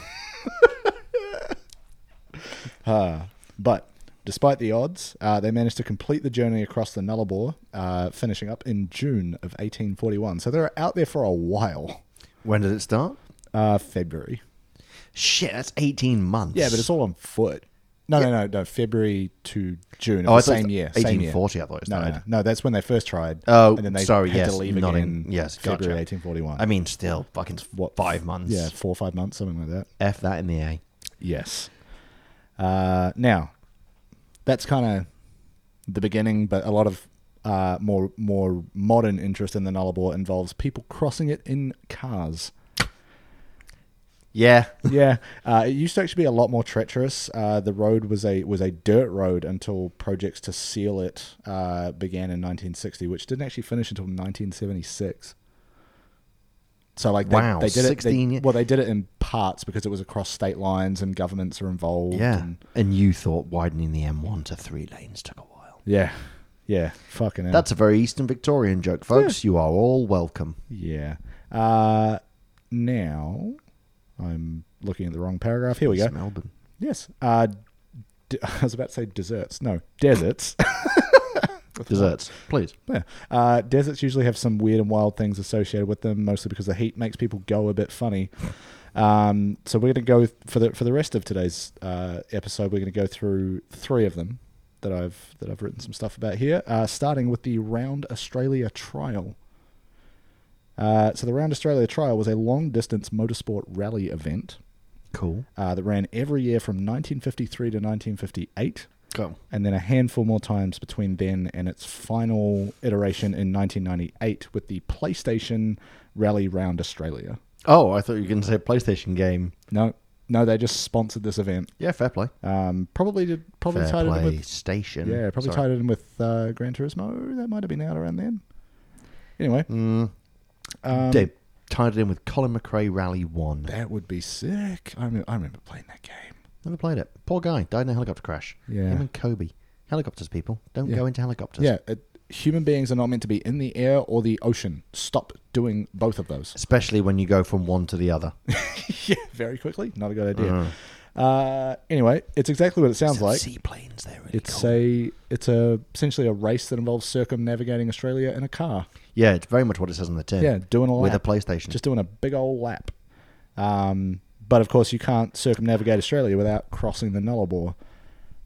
[SPEAKER 2] Uh, but despite the odds, uh, they managed to complete the journey across the Nullarbor, uh, finishing up in June of 1841. So they're out there for a while.
[SPEAKER 1] When did it start?
[SPEAKER 2] Uh, February.
[SPEAKER 1] Shit, that's eighteen months.
[SPEAKER 2] Yeah, but it's all on foot. No, no, no, no. February to June.
[SPEAKER 1] Oh,
[SPEAKER 2] Oh,
[SPEAKER 1] I
[SPEAKER 2] the
[SPEAKER 1] thought it
[SPEAKER 2] same
[SPEAKER 1] was
[SPEAKER 2] year. Same year.
[SPEAKER 1] 1840, I thought it
[SPEAKER 2] no, no, no,
[SPEAKER 1] started.
[SPEAKER 2] no. That's when they first tried.
[SPEAKER 1] Oh,
[SPEAKER 2] and then they
[SPEAKER 1] sorry,
[SPEAKER 2] had
[SPEAKER 1] yes,
[SPEAKER 2] to leave
[SPEAKER 1] not
[SPEAKER 2] again.
[SPEAKER 1] in- yes,
[SPEAKER 2] February
[SPEAKER 1] gotcha.
[SPEAKER 2] 1841.
[SPEAKER 1] I mean, still, fucking what five months?
[SPEAKER 2] Yeah, four or five months, something like that.
[SPEAKER 1] f that in the a.
[SPEAKER 2] Yes. Uh, now, that's kind of the beginning, but a lot of uh, more more modern interest in the Nullarbor involves people crossing it in cars.
[SPEAKER 1] Yeah,
[SPEAKER 2] yeah, uh, it used to actually be a lot more treacherous. Uh, the road was a was a dirt road until projects to seal it uh, began in 1960, which didn't actually finish until 1976. So like they,
[SPEAKER 1] Wow,
[SPEAKER 2] they did it.
[SPEAKER 1] 16
[SPEAKER 2] They,
[SPEAKER 1] ye-
[SPEAKER 2] well, they did it in parts because it was across state lines and governments are involved.
[SPEAKER 1] yeah.
[SPEAKER 2] and-
[SPEAKER 1] And you thought widening the M1 to three lanes took a while.
[SPEAKER 2] yeah, yeah. Fucking hell.
[SPEAKER 1] That's a very Eastern Victorian joke, folks. You are all welcome.
[SPEAKER 2] yeah. Uh, now I'm looking at the wrong paragraph. Here we go.
[SPEAKER 1] It's Melbourne.
[SPEAKER 2] Yes. Uh, d- I was about to say desserts. No, deserts.
[SPEAKER 1] Desserts, please.
[SPEAKER 2] Yeah. Uh, deserts usually have some weird and wild things associated with them, mostly because the heat makes people go a bit funny. Um, so we're going to go for the for the rest of today's uh, episode. We're going to go through three of them that I've that I've written some stuff about here, uh, starting with the Round Australia Trial. Uh, so the Round Australia Trial was a long distance motorsport rally event
[SPEAKER 1] Cool.
[SPEAKER 2] uh, that ran every year from 1953 to 1958
[SPEAKER 1] Cool.
[SPEAKER 2] and then a handful more times between then and its final iteration in 1998 with the PlayStation Rally Round Australia.
[SPEAKER 1] Oh, I thought you were going to say PlayStation game.
[SPEAKER 2] No, no, they just sponsored this event.
[SPEAKER 1] Yeah, fair play.
[SPEAKER 2] Um, probably did, probably
[SPEAKER 1] Fair
[SPEAKER 2] tied it in
[SPEAKER 1] play
[SPEAKER 2] with
[SPEAKER 1] station.
[SPEAKER 2] yeah, probably
[SPEAKER 1] Sorry.
[SPEAKER 2] tied it in with uh, Gran Turismo. That might have been out around then. Anyway,
[SPEAKER 1] Mm,
[SPEAKER 2] um,
[SPEAKER 1] they tied it in with Colin McRae Rally One.
[SPEAKER 2] that would be sick. I remember, I remember playing that game.
[SPEAKER 1] Never played it. Poor guy died in a helicopter crash.
[SPEAKER 2] Yeah.
[SPEAKER 1] Him and Kobe. Helicopters, people. Don't
[SPEAKER 2] Yeah.
[SPEAKER 1] go into helicopters.
[SPEAKER 2] Yeah, it, human beings are not meant to be in the air or the ocean. Stop doing both of those.
[SPEAKER 1] Especially when you go from one to the other.
[SPEAKER 2] yeah, very quickly. Not a good idea.
[SPEAKER 1] Uh-huh.
[SPEAKER 2] Uh, anyway, it's exactly what it sounds like.
[SPEAKER 1] seaplanes. They're really
[SPEAKER 2] It's
[SPEAKER 1] cool.
[SPEAKER 2] a it's a essentially a race that involves circumnavigating Australia in a car.
[SPEAKER 1] yeah, it's very much what it says on the tin.
[SPEAKER 2] Yeah, doing a
[SPEAKER 1] with a
[SPEAKER 2] lap,
[SPEAKER 1] PlayStation.
[SPEAKER 2] just doing a big old lap. Um, but of course, you can't circumnavigate Australia without crossing the Nullarbor.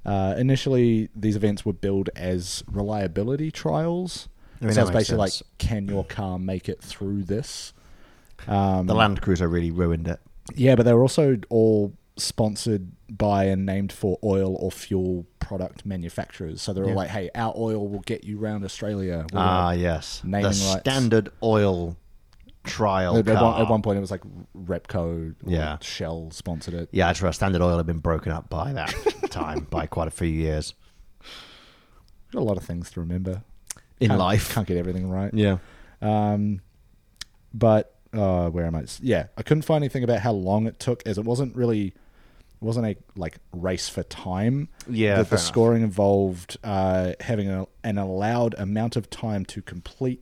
[SPEAKER 2] Uh, initially, these events were billed as reliability trials.
[SPEAKER 1] I mean,
[SPEAKER 2] so
[SPEAKER 1] that
[SPEAKER 2] it's
[SPEAKER 1] makes
[SPEAKER 2] basically
[SPEAKER 1] sense.
[SPEAKER 2] like, can your car make it through this? Um,
[SPEAKER 1] the Land Cruiser really ruined it.
[SPEAKER 2] Yeah, but they were also all sponsored by and named for oil or fuel product manufacturers. So they're
[SPEAKER 1] Yeah.
[SPEAKER 2] all like, "Hey, our oil will get you round Australia." We're
[SPEAKER 1] Ah,
[SPEAKER 2] like-
[SPEAKER 1] yes, the
[SPEAKER 2] naming rights.
[SPEAKER 1] Standard Oil trial
[SPEAKER 2] at, at
[SPEAKER 1] car.
[SPEAKER 2] one, at one point, it was like Repco, or
[SPEAKER 1] Yeah.
[SPEAKER 2] Shell sponsored it.
[SPEAKER 1] yeah, that's right. Standard Oil had been broken up by that time by quite a few years
[SPEAKER 2] Got a lot of things to remember
[SPEAKER 1] in
[SPEAKER 2] Can't-
[SPEAKER 1] life.
[SPEAKER 2] Can't get everything right.
[SPEAKER 1] Yeah,
[SPEAKER 2] Um, but uh, where am I? Yeah, I couldn't find anything about how long it took, as it wasn't really, it wasn't a like race for time.
[SPEAKER 1] Yeah, fair
[SPEAKER 2] the, the
[SPEAKER 1] enough.
[SPEAKER 2] scoring involved uh, having a, an allowed amount of time to complete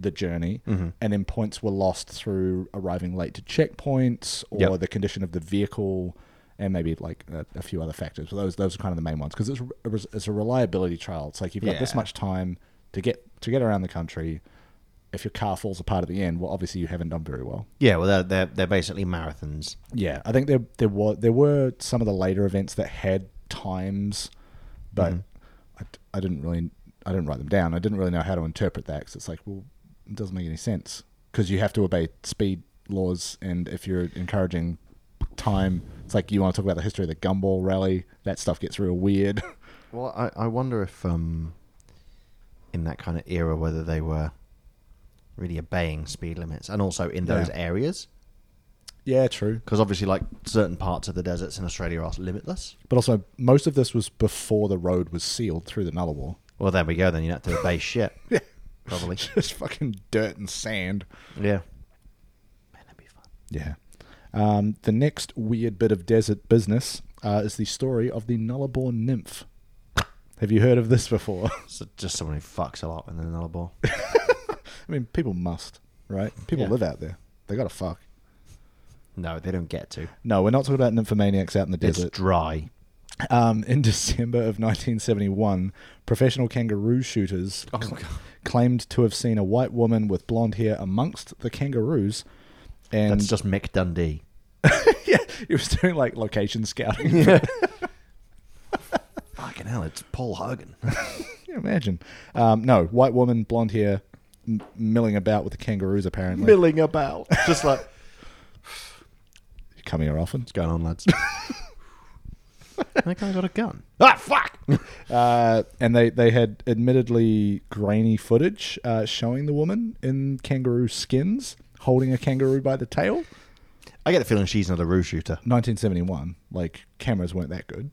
[SPEAKER 2] the journey,
[SPEAKER 1] Mm-hmm.
[SPEAKER 2] and then points were lost through arriving late to checkpoints or
[SPEAKER 1] Yep.
[SPEAKER 2] the condition of the vehicle. And maybe like a, a few other factors, but those those are kind of the main ones because it's it was- it's a reliability trial. It's like you've got this
[SPEAKER 1] Yeah.
[SPEAKER 2] much time to get to get around the country. If your car falls apart at the end, well, obviously you haven't done very well.
[SPEAKER 1] yeah. Well, they're they're, they're basically marathons.
[SPEAKER 2] Yeah, I think there there were there were some of the later events that had times, but I, I didn't really I didn't write them down. I didn't really know how to interpret that because it's like, well, it doesn't make any sense because you have to obey speed laws, and if you're encouraging time, it's like you want to talk about the history of the gumball rally. That stuff gets real weird.
[SPEAKER 1] Well, I, I wonder if um, in that kind of era whether they were really obeying speed limits and also in those
[SPEAKER 2] Yeah.
[SPEAKER 1] areas
[SPEAKER 2] yeah, true.
[SPEAKER 1] because obviously like certain parts of the deserts in Australia are limitless.
[SPEAKER 2] But also, most of this was before the road was sealed through the Nullarbor.
[SPEAKER 1] Well, there we go. Then you don't have to obey shit. Probably.
[SPEAKER 2] Just fucking dirt and sand.
[SPEAKER 1] Yeah. Man, that'd be fun.
[SPEAKER 2] Yeah. Um, the next weird bit of desert business uh, is the story of the Nullarbor nymph. Have you heard of this before?
[SPEAKER 1] So just someone who fucks a lot and then another ball.
[SPEAKER 2] I mean, people must, right? People
[SPEAKER 1] Yeah.
[SPEAKER 2] live out there. They gotta fuck.
[SPEAKER 1] No, they don't get to.
[SPEAKER 2] No, we're not talking about nymphomaniacs out in the
[SPEAKER 1] It's
[SPEAKER 2] desert.
[SPEAKER 1] dry.
[SPEAKER 2] Um, in December of 1971, professional kangaroo shooters
[SPEAKER 1] Oh,
[SPEAKER 2] cl- claimed to have seen a white woman with blonde hair amongst the kangaroos. And
[SPEAKER 1] That's just Mick Dundee.
[SPEAKER 2] yeah, he was doing like location scouting.
[SPEAKER 1] Fucking hell, it's Paul Hogan.
[SPEAKER 2] Can you imagine? Um, no, white woman, blonde hair, m- milling about with the kangaroos. Apparently,
[SPEAKER 1] Milling about. Just like. What's
[SPEAKER 2] You come here often.
[SPEAKER 1] going on, lads? that guy got a gun.
[SPEAKER 2] Ah, fuck! uh, and they they had admittedly grainy footage uh, showing the woman in kangaroo skins holding a kangaroo by the tail.
[SPEAKER 1] I get the feeling she's another roo shooter.
[SPEAKER 2] 1971, like cameras weren't that good.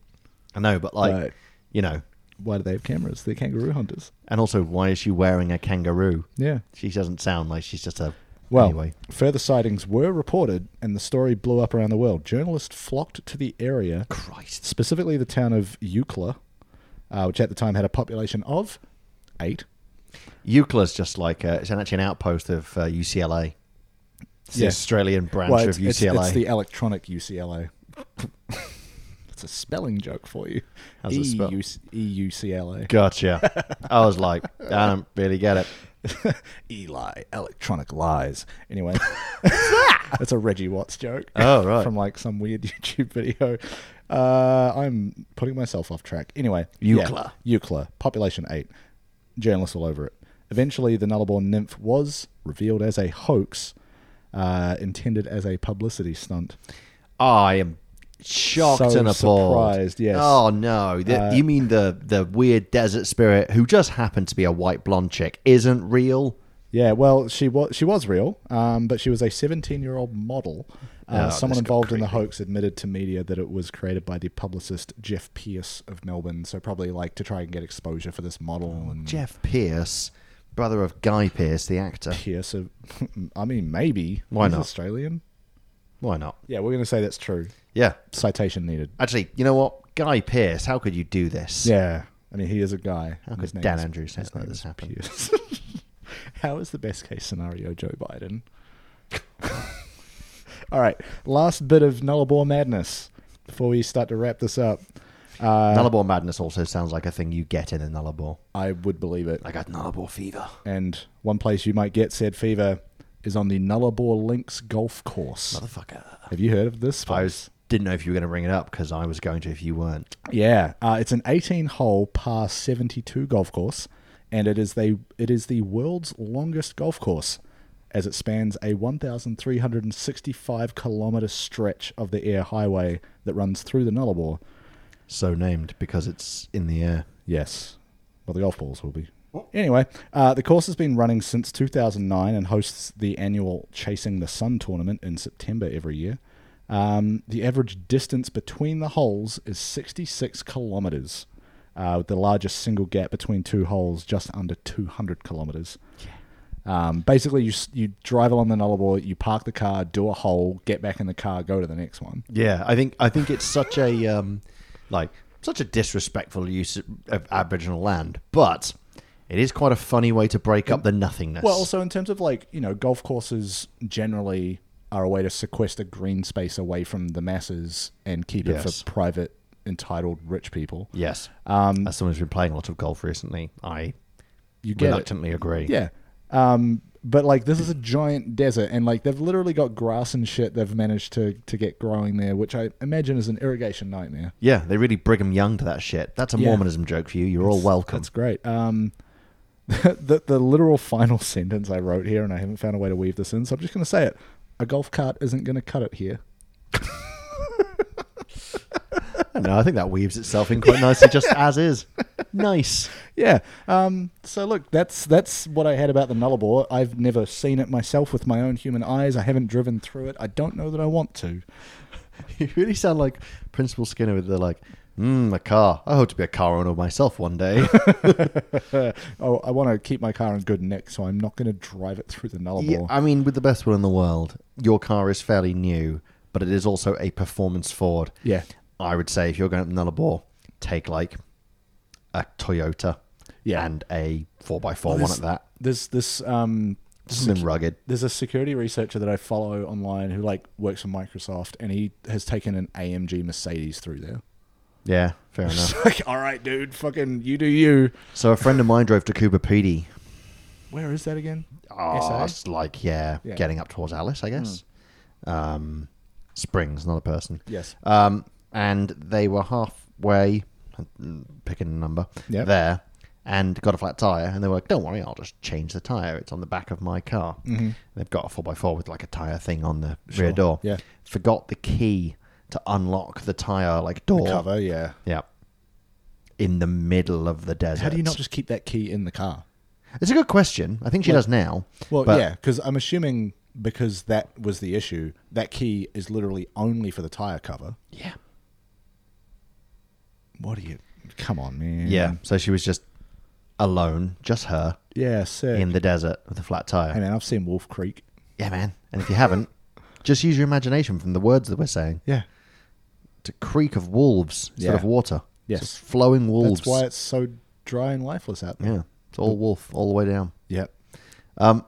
[SPEAKER 1] I know, but like,
[SPEAKER 2] Right.
[SPEAKER 1] you know.
[SPEAKER 2] Why do they have cameras? They're kangaroo hunters.
[SPEAKER 1] And also, why is she wearing a kangaroo?
[SPEAKER 2] Yeah.
[SPEAKER 1] She doesn't sound like she's just a.
[SPEAKER 2] Well,
[SPEAKER 1] anyway.
[SPEAKER 2] further sightings were reported, and the story blew up around the world. Journalists flocked to the area
[SPEAKER 1] Christ.
[SPEAKER 2] specifically the town of Eucla, uh, which at the time had a population of eight.
[SPEAKER 1] Eucla's just like a, it's actually an outpost of uh, UCLA. It's the
[SPEAKER 2] Yeah.
[SPEAKER 1] Australian branch
[SPEAKER 2] Well,
[SPEAKER 1] of
[SPEAKER 2] it's, it's-
[SPEAKER 1] UCLA.
[SPEAKER 2] It's, the electronic UCLA. it's a spelling joke for you. E
[SPEAKER 1] How's it spelled?
[SPEAKER 2] E-U-C-L-A.
[SPEAKER 1] Gotcha. I was like, I don't really get it.
[SPEAKER 2] Eli, electronic lies. Anyway, that's a Reggie Watts joke.
[SPEAKER 1] Oh, right.
[SPEAKER 2] From like some weird YouTube video. Uh, I'm putting myself off track. Anyway,
[SPEAKER 1] Eucla.
[SPEAKER 2] Yeah, Eucla, population eight. Journalists all over it. Eventually, the Nullarbor nymph was revealed as a hoax, uh, intended as a publicity stunt.
[SPEAKER 1] I am shocked
[SPEAKER 2] So
[SPEAKER 1] and appalled.
[SPEAKER 2] surprised, yes.
[SPEAKER 1] Oh no, The-
[SPEAKER 2] Uh,
[SPEAKER 1] you mean the the weird desert spirit who just happened to be a white blonde chick isn't real?
[SPEAKER 2] Yeah, well, she was she was real, um, but she was a 17 year old model.
[SPEAKER 1] Oh,
[SPEAKER 2] Uh, someone
[SPEAKER 1] this got
[SPEAKER 2] involved in the
[SPEAKER 1] creepy.
[SPEAKER 2] hoax admitted to media that it was created by the publicist Jeff Pierce of Melbourne, so probably like to try and get exposure for this model and
[SPEAKER 1] Oh, Jeff Pierce, brother of Guy Pierce, the actor.
[SPEAKER 2] Pierce. Of, I mean, maybe
[SPEAKER 1] Why
[SPEAKER 2] He's
[SPEAKER 1] not?
[SPEAKER 2] Australian?
[SPEAKER 1] Why not?
[SPEAKER 2] Yeah, we're gonna say that's true.
[SPEAKER 1] Yeah.
[SPEAKER 2] Citation needed.
[SPEAKER 1] Actually, you know what? Guy Pierce, how could you do this?
[SPEAKER 2] Yeah, I mean, he is a guy.
[SPEAKER 1] How
[SPEAKER 2] and his
[SPEAKER 1] could
[SPEAKER 2] name
[SPEAKER 1] Dan
[SPEAKER 2] is-
[SPEAKER 1] Andrews say
[SPEAKER 2] his
[SPEAKER 1] something like
[SPEAKER 2] name
[SPEAKER 1] this
[SPEAKER 2] is
[SPEAKER 1] happened?
[SPEAKER 2] Pierce. How is the best case scenario Joe Biden? All right, last bit of Nullarbor madness before we start to wrap this up. Uh,
[SPEAKER 1] Nullarbor madness also sounds like a thing you get in a Nullarbor.
[SPEAKER 2] I would believe it.
[SPEAKER 1] I got Nullarbor fever.
[SPEAKER 2] And one place you might get said fever is on the Nullarbor Links golf course.
[SPEAKER 1] Motherfucker.
[SPEAKER 2] Have you heard of this?
[SPEAKER 1] I
[SPEAKER 2] place?
[SPEAKER 1] was, didn't know if you were going to bring it up because I was going to if you weren't.
[SPEAKER 2] Yeah, uh, it's an 18-hole par 72 golf course, and it is the it is the world's longest golf course, as it spans a 1,365 kilometer stretch of the air highway that runs through the Nullarbor.
[SPEAKER 1] So named because it's in the air.
[SPEAKER 2] Yes, well, the golf balls will be. Anyway, uh, the course has been running since 2009 and hosts the annual Chasing the Sun tournament in September every year. Um, the average distance between the holes is 66 kilometers, uh, with the largest single gap between two holes just under 200 kilometers. Um, basically, you s- you drive along the Nullarbor, you park the car, do a hole, get back in the car, go to the next one.
[SPEAKER 1] Yeah, I think I think it's such a um, like such a disrespectful use of Aboriginal land, but it is quite a funny way to break up the nothingness.
[SPEAKER 2] Well, also in terms of like you know, golf courses generally are a way to sequester green space away from the masses and keep it
[SPEAKER 1] Yes.
[SPEAKER 2] for private, entitled rich people.
[SPEAKER 1] yes,
[SPEAKER 2] Um,
[SPEAKER 1] as someone who's been playing a lot of golf recently, I
[SPEAKER 2] you get it.
[SPEAKER 1] reluctantly agree.
[SPEAKER 2] Yeah. Um, but like this is a giant desert, and like they've literally got grass and shit they've managed to to get growing there, which I imagine is an irrigation nightmare.
[SPEAKER 1] Yeah, they really Brigham Young to that shit. That's a
[SPEAKER 2] Yeah.
[SPEAKER 1] Mormonism joke for you. You're all welcome.
[SPEAKER 2] That's great. Um, the the literal final sentence I wrote here, and I haven't found a way to weave this in, so I'm just going to say it. A golf cart isn't going to cut it here.
[SPEAKER 1] No, I think that weaves itself in quite nicely, just as is. Nice.
[SPEAKER 2] Yeah. Um, so look, that's that's what I had about the Nullarbor. I've never seen it myself with my own human eyes. I haven't driven through it. I don't know that I want to.
[SPEAKER 1] You really sound like Principal Skinner with the like, mm, a car. I hope to be a car owner myself one day.
[SPEAKER 2] Oh, I want to keep my car in good nick, so I'm not going to drive it through the
[SPEAKER 1] Yeah,
[SPEAKER 2] Nullarbor.
[SPEAKER 1] I mean, with the best will in the world, your car is fairly new, but it is also a performance Ford.
[SPEAKER 2] Yeah.
[SPEAKER 1] I would say if you're going up Nullarbor, take like a Toyota
[SPEAKER 2] Yeah.
[SPEAKER 1] and a 4x4 one
[SPEAKER 2] there's-
[SPEAKER 1] at that.
[SPEAKER 2] There's this um
[SPEAKER 1] Something rugged.
[SPEAKER 2] there's a security researcher that I follow online who like works for Microsoft, and he has taken an AMG Mercedes through there.
[SPEAKER 1] Yeah, fair enough.
[SPEAKER 2] It's like, all right, dude, fucking you do you.
[SPEAKER 1] So a friend of mine drove to Cooper Pedy.
[SPEAKER 2] Where is that again?
[SPEAKER 1] Oh,
[SPEAKER 2] SA?
[SPEAKER 1] it's like, yeah,
[SPEAKER 2] Yeah. Hmm.
[SPEAKER 1] getting up towards Alice, I guess. Um, Springs, not a person.
[SPEAKER 2] Yes.
[SPEAKER 1] Um, and they were halfway, picking a number,
[SPEAKER 2] Yep.
[SPEAKER 1] there, and got a flat tyre. And they were like, don't worry, I'll just change the tyre. It's on the back of my car.
[SPEAKER 2] Mhm.
[SPEAKER 1] They've got a 4x4 with like a tyre thing on the
[SPEAKER 2] Sure.
[SPEAKER 1] rear door.
[SPEAKER 2] Yeah.
[SPEAKER 1] Forgot the key to unlock the tyre, like door.
[SPEAKER 2] The cover, yeah.
[SPEAKER 1] Yeah. In the middle of the desert.
[SPEAKER 2] How do you not just keep that key in the car?
[SPEAKER 1] It's a good question. I think she
[SPEAKER 2] Like-
[SPEAKER 1] does now.
[SPEAKER 2] Well, yeah,
[SPEAKER 1] but-
[SPEAKER 2] yeah, because I'm assuming because that was the issue, that key is literally only for the tire cover.
[SPEAKER 1] Yeah.
[SPEAKER 2] What are you? Come on, man.
[SPEAKER 1] Yeah. So she was just alone, just her,
[SPEAKER 2] yeah, sick.
[SPEAKER 1] in the desert with a flat tire.
[SPEAKER 2] hey man, I've seen Wolf Creek.
[SPEAKER 1] Yeah, man. And if you haven't, just use your imagination from the words that we're saying.
[SPEAKER 2] Yeah,
[SPEAKER 1] It's a creek of wolves instead
[SPEAKER 2] Yeah.
[SPEAKER 1] of water.
[SPEAKER 2] Yes.
[SPEAKER 1] Just flowing wolves.
[SPEAKER 2] that's why it's so dry and lifeless out there.
[SPEAKER 1] yeah. It's all wolf all the way down.
[SPEAKER 2] Yeah,
[SPEAKER 1] Um,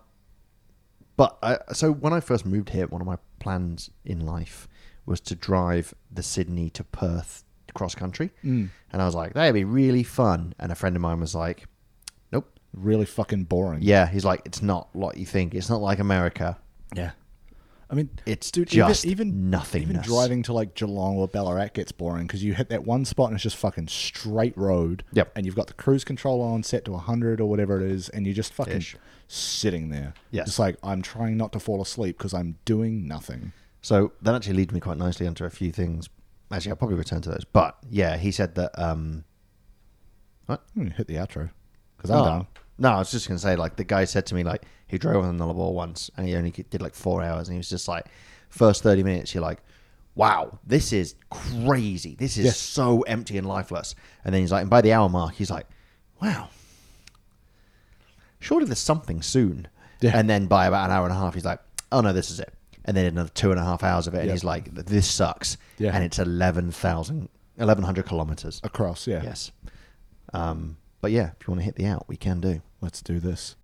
[SPEAKER 1] but I, so when I first moved here, one of my plans in life was to drive the Sydney to Perth cross country.
[SPEAKER 2] Mm.
[SPEAKER 1] And I was like, that'd be really fun. And a friend of mine was like, nope.
[SPEAKER 2] really fucking boring.
[SPEAKER 1] Yeah. He's like, it's not what you think. It's not like America.
[SPEAKER 2] yeah. I mean,
[SPEAKER 1] It's
[SPEAKER 2] dude,
[SPEAKER 1] just
[SPEAKER 2] even, even Even
[SPEAKER 1] nothingness.
[SPEAKER 2] driving to like Geelong or Ballarat gets boring because you hit that one spot and it's just fucking straight road.
[SPEAKER 1] Yep.
[SPEAKER 2] And you've got the cruise control on set to 100 or whatever it is, and you're just fucking
[SPEAKER 1] Ish.
[SPEAKER 2] sitting there.
[SPEAKER 1] Yes.
[SPEAKER 2] It's like, I'm trying not to fall asleep because I'm doing nothing.
[SPEAKER 1] So that actually leads me quite nicely onto a few things. Actually, I'll probably return to those. But yeah, he said that. Um, what?
[SPEAKER 2] Hmm, hit the outro because I'm
[SPEAKER 1] Oh.
[SPEAKER 2] done.
[SPEAKER 1] No, I was just gonna say like the guy said to me like he drove on the Nullarbor once and he only did like four hours and he was just like first thirty minutes you're like wow this is crazy this is
[SPEAKER 2] Yes.
[SPEAKER 1] so empty and lifeless and then he's like and by the hour mark he's like wow surely there's something soon
[SPEAKER 2] Yeah.
[SPEAKER 1] and then by about an hour and a half he's like oh no this is it and then another two and a half hours of it and
[SPEAKER 2] Yeah.
[SPEAKER 1] he's like this sucks
[SPEAKER 2] Yeah.
[SPEAKER 1] and it's 11,000 1100 kilometers
[SPEAKER 2] Across, yeah.
[SPEAKER 1] yes Um, but yeah, if you want to hit the out, we can do.
[SPEAKER 2] Let's do this.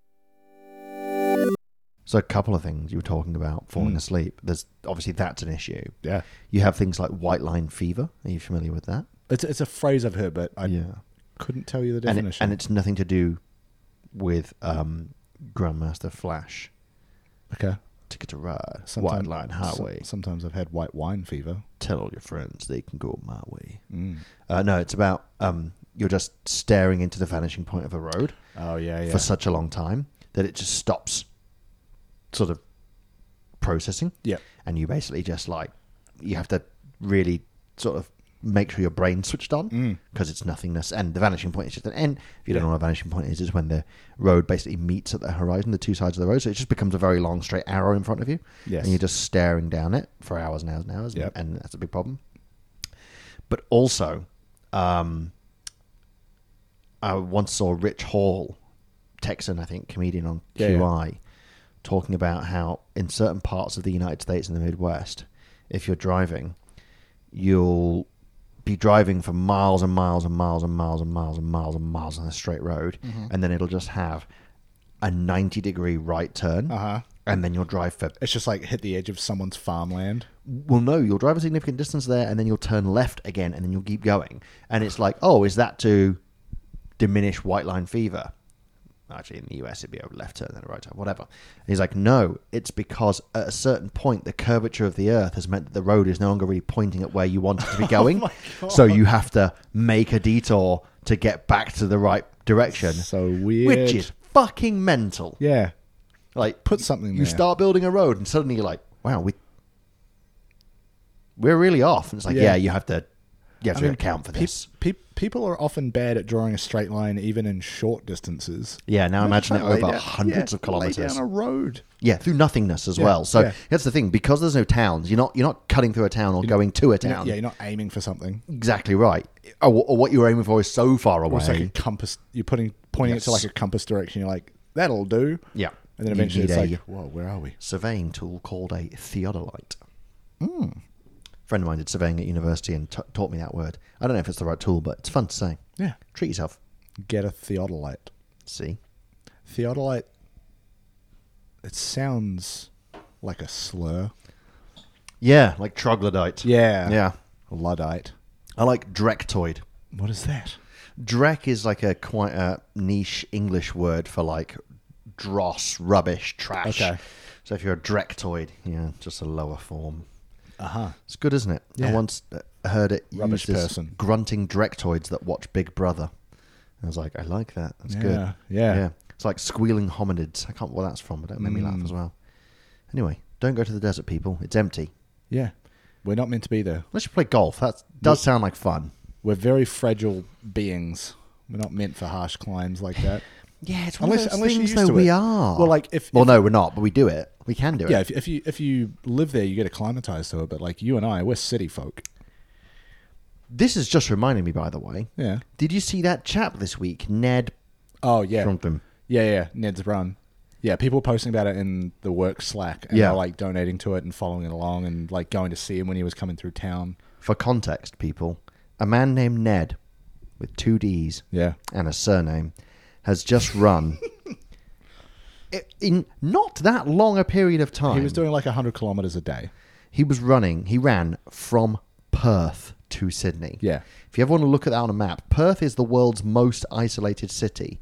[SPEAKER 1] So a couple of things you were talking about falling
[SPEAKER 2] Mm.
[SPEAKER 1] asleep. There's obviously that's an issue.
[SPEAKER 2] Yeah.
[SPEAKER 1] You have things like white line fever. Are you familiar with that?
[SPEAKER 2] It's, it's a phrase I've heard, but I
[SPEAKER 1] yeah.
[SPEAKER 2] couldn't tell you the
[SPEAKER 1] And, it,
[SPEAKER 2] definition.
[SPEAKER 1] and it's nothing to do with um, Grandmaster Flash.
[SPEAKER 2] okay.
[SPEAKER 1] Ticket to ride,
[SPEAKER 2] Sometime-
[SPEAKER 1] white line
[SPEAKER 2] So-
[SPEAKER 1] highway.
[SPEAKER 2] sometimes I've had white wine fever.
[SPEAKER 1] Tell all your friends they can go my way.
[SPEAKER 2] Mm.
[SPEAKER 1] Uh, no, it's about um, you're just staring into the vanishing point of a road
[SPEAKER 2] Oh yeah, yeah.
[SPEAKER 1] for such a long time that it just stops, sort of processing.
[SPEAKER 2] yeah.
[SPEAKER 1] and you basically just like you have to really sort of make sure your brain's switched on because it's nothingness and the vanishing point is just an end if you don't
[SPEAKER 2] Mm. Yeah.
[SPEAKER 1] know what a vanishing point is it's when the road basically meets at the horizon the two sides of the road so it just becomes a very long straight arrow in front of you
[SPEAKER 2] Yes.
[SPEAKER 1] and you're just staring down it for hours and hours and hours
[SPEAKER 2] Yep.
[SPEAKER 1] and that's a big problem but also um i once saw rich hall texan i think comedian on
[SPEAKER 2] Yeah, yeah.
[SPEAKER 1] qi talking about how in certain parts of the United States and the Midwest, if you're driving, you'll be driving for miles and miles and miles and miles and miles and miles and miles on a straight road,
[SPEAKER 2] Mm-hmm.
[SPEAKER 1] and then it'll just have a 90 degree right turn,
[SPEAKER 2] Uh-huh.
[SPEAKER 1] and then you'll drive for
[SPEAKER 2] It's just like hit the edge of someone's farmland.
[SPEAKER 1] well, no, you'll drive a significant distance there, and then you'll turn left again, and then you'll keep going, and it's like, oh, is that to diminish white line fever? Actually, in the US, it'd be a left turn, then a right turn, whatever. And he's like, no, it's because at a certain point, the curvature of the earth has meant that the road is no longer really pointing at where you want it to be going.
[SPEAKER 2] Oh my God.
[SPEAKER 1] so you have to make a detour to get back to the right direction,
[SPEAKER 2] So weird.
[SPEAKER 1] which is fucking mental.
[SPEAKER 2] yeah.
[SPEAKER 1] Like,
[SPEAKER 2] Put something
[SPEAKER 1] you
[SPEAKER 2] there.
[SPEAKER 1] start building a road and suddenly you're like, wow, we we're really off. And it's like, yeah,
[SPEAKER 2] Yeah.
[SPEAKER 1] you have to you have
[SPEAKER 2] I
[SPEAKER 1] to
[SPEAKER 2] mean,
[SPEAKER 1] account for
[SPEAKER 2] peop-
[SPEAKER 1] this.
[SPEAKER 2] peop- people are often bad at drawing a straight line, even in short distances.
[SPEAKER 1] Yeah, now imagine it
[SPEAKER 2] Trying to lay
[SPEAKER 1] over
[SPEAKER 2] down-
[SPEAKER 1] hundreds
[SPEAKER 2] yeah,
[SPEAKER 1] of kilometers.
[SPEAKER 2] Lay down a road.
[SPEAKER 1] Yeah, through nothingness as well. So
[SPEAKER 2] yeah.
[SPEAKER 1] that's the thing, because there's no towns, you're not you're not cutting through a town or going to a
[SPEAKER 2] You're not-
[SPEAKER 1] town.
[SPEAKER 2] yeah, you're not aiming for something.
[SPEAKER 1] Exactly right. Or, or what you're aiming for is so far away.
[SPEAKER 2] It's like a compass. You're putting pointing it to
[SPEAKER 1] Yes.
[SPEAKER 2] like a compass direction. You're like, that'll do.
[SPEAKER 1] yeah.
[SPEAKER 2] And then
[SPEAKER 1] You
[SPEAKER 2] eventually it's
[SPEAKER 1] need a-
[SPEAKER 2] like, whoa, where are we?
[SPEAKER 1] surveying tool called a theodolite.
[SPEAKER 2] Hmm.
[SPEAKER 1] friend of mine did surveying at university and t- taught me that word. I don't know if it's the right tool, but it's fun to say.
[SPEAKER 2] Yeah.
[SPEAKER 1] Treat yourself.
[SPEAKER 2] Get a theodolite.
[SPEAKER 1] See?
[SPEAKER 2] Theodolite. It sounds like a slur.
[SPEAKER 1] Yeah, like troglodyte.
[SPEAKER 2] Yeah.
[SPEAKER 1] Yeah.
[SPEAKER 2] Luddite.
[SPEAKER 1] I like drectoid.
[SPEAKER 2] What is that?
[SPEAKER 1] Drek is like a quite a niche English word for like dross, rubbish, trash.
[SPEAKER 2] Okay.
[SPEAKER 1] So if you're a drectoid, yeah, just a lower form.
[SPEAKER 2] Uh huh.
[SPEAKER 1] It's good, isn't it? I
[SPEAKER 2] Yeah.
[SPEAKER 1] once uh, heard it
[SPEAKER 2] Rubbish
[SPEAKER 1] used as
[SPEAKER 2] person.
[SPEAKER 1] grunting drectoids that watch Big Brother. I was like, I like that. That's
[SPEAKER 2] yeah.
[SPEAKER 1] good.
[SPEAKER 2] Yeah.
[SPEAKER 1] It's like squealing hominids. I can't what that's from, but that made me laugh
[SPEAKER 2] Mm.
[SPEAKER 1] as well. Anyway, don't go to the desert, people. It's empty.
[SPEAKER 2] Yeah. We're not meant to be there.
[SPEAKER 1] Unless you play golf. That does sound like fun.
[SPEAKER 2] We're very fragile beings. We're not meant for harsh climbs like that.
[SPEAKER 1] Yeah, it's
[SPEAKER 2] Unless- unless you're used
[SPEAKER 1] though,
[SPEAKER 2] to
[SPEAKER 1] we
[SPEAKER 2] it.
[SPEAKER 1] are.
[SPEAKER 2] Well, like, if-
[SPEAKER 1] well,
[SPEAKER 2] if-
[SPEAKER 1] no, we're not, but we do it. We can do it.
[SPEAKER 2] Yeah, if, if you if you live there, you get acclimatized to it. But like you and I, we're city folk.
[SPEAKER 1] This is just reminding me, by the way.
[SPEAKER 2] Yeah.
[SPEAKER 1] Did you see that chap this week, Ned
[SPEAKER 2] Oh yeah.
[SPEAKER 1] something?
[SPEAKER 2] Yeah, yeah. Ned's run. Yeah, people were posting about it in the work Slack. And
[SPEAKER 1] Yeah.
[SPEAKER 2] they were, like donating to it and following it along and like going to see him when he was coming through town.
[SPEAKER 1] For context, people, a man named Ned, with two D's
[SPEAKER 2] Yeah.
[SPEAKER 1] and a surname, has just run i- in not that long a period of time.
[SPEAKER 2] He was doing like hundred kilometers a day.
[SPEAKER 1] he was running. He ran from Perth to Sydney.
[SPEAKER 2] Yeah.
[SPEAKER 1] If you ever want to look at that on a map, Perth is the world's most isolated city,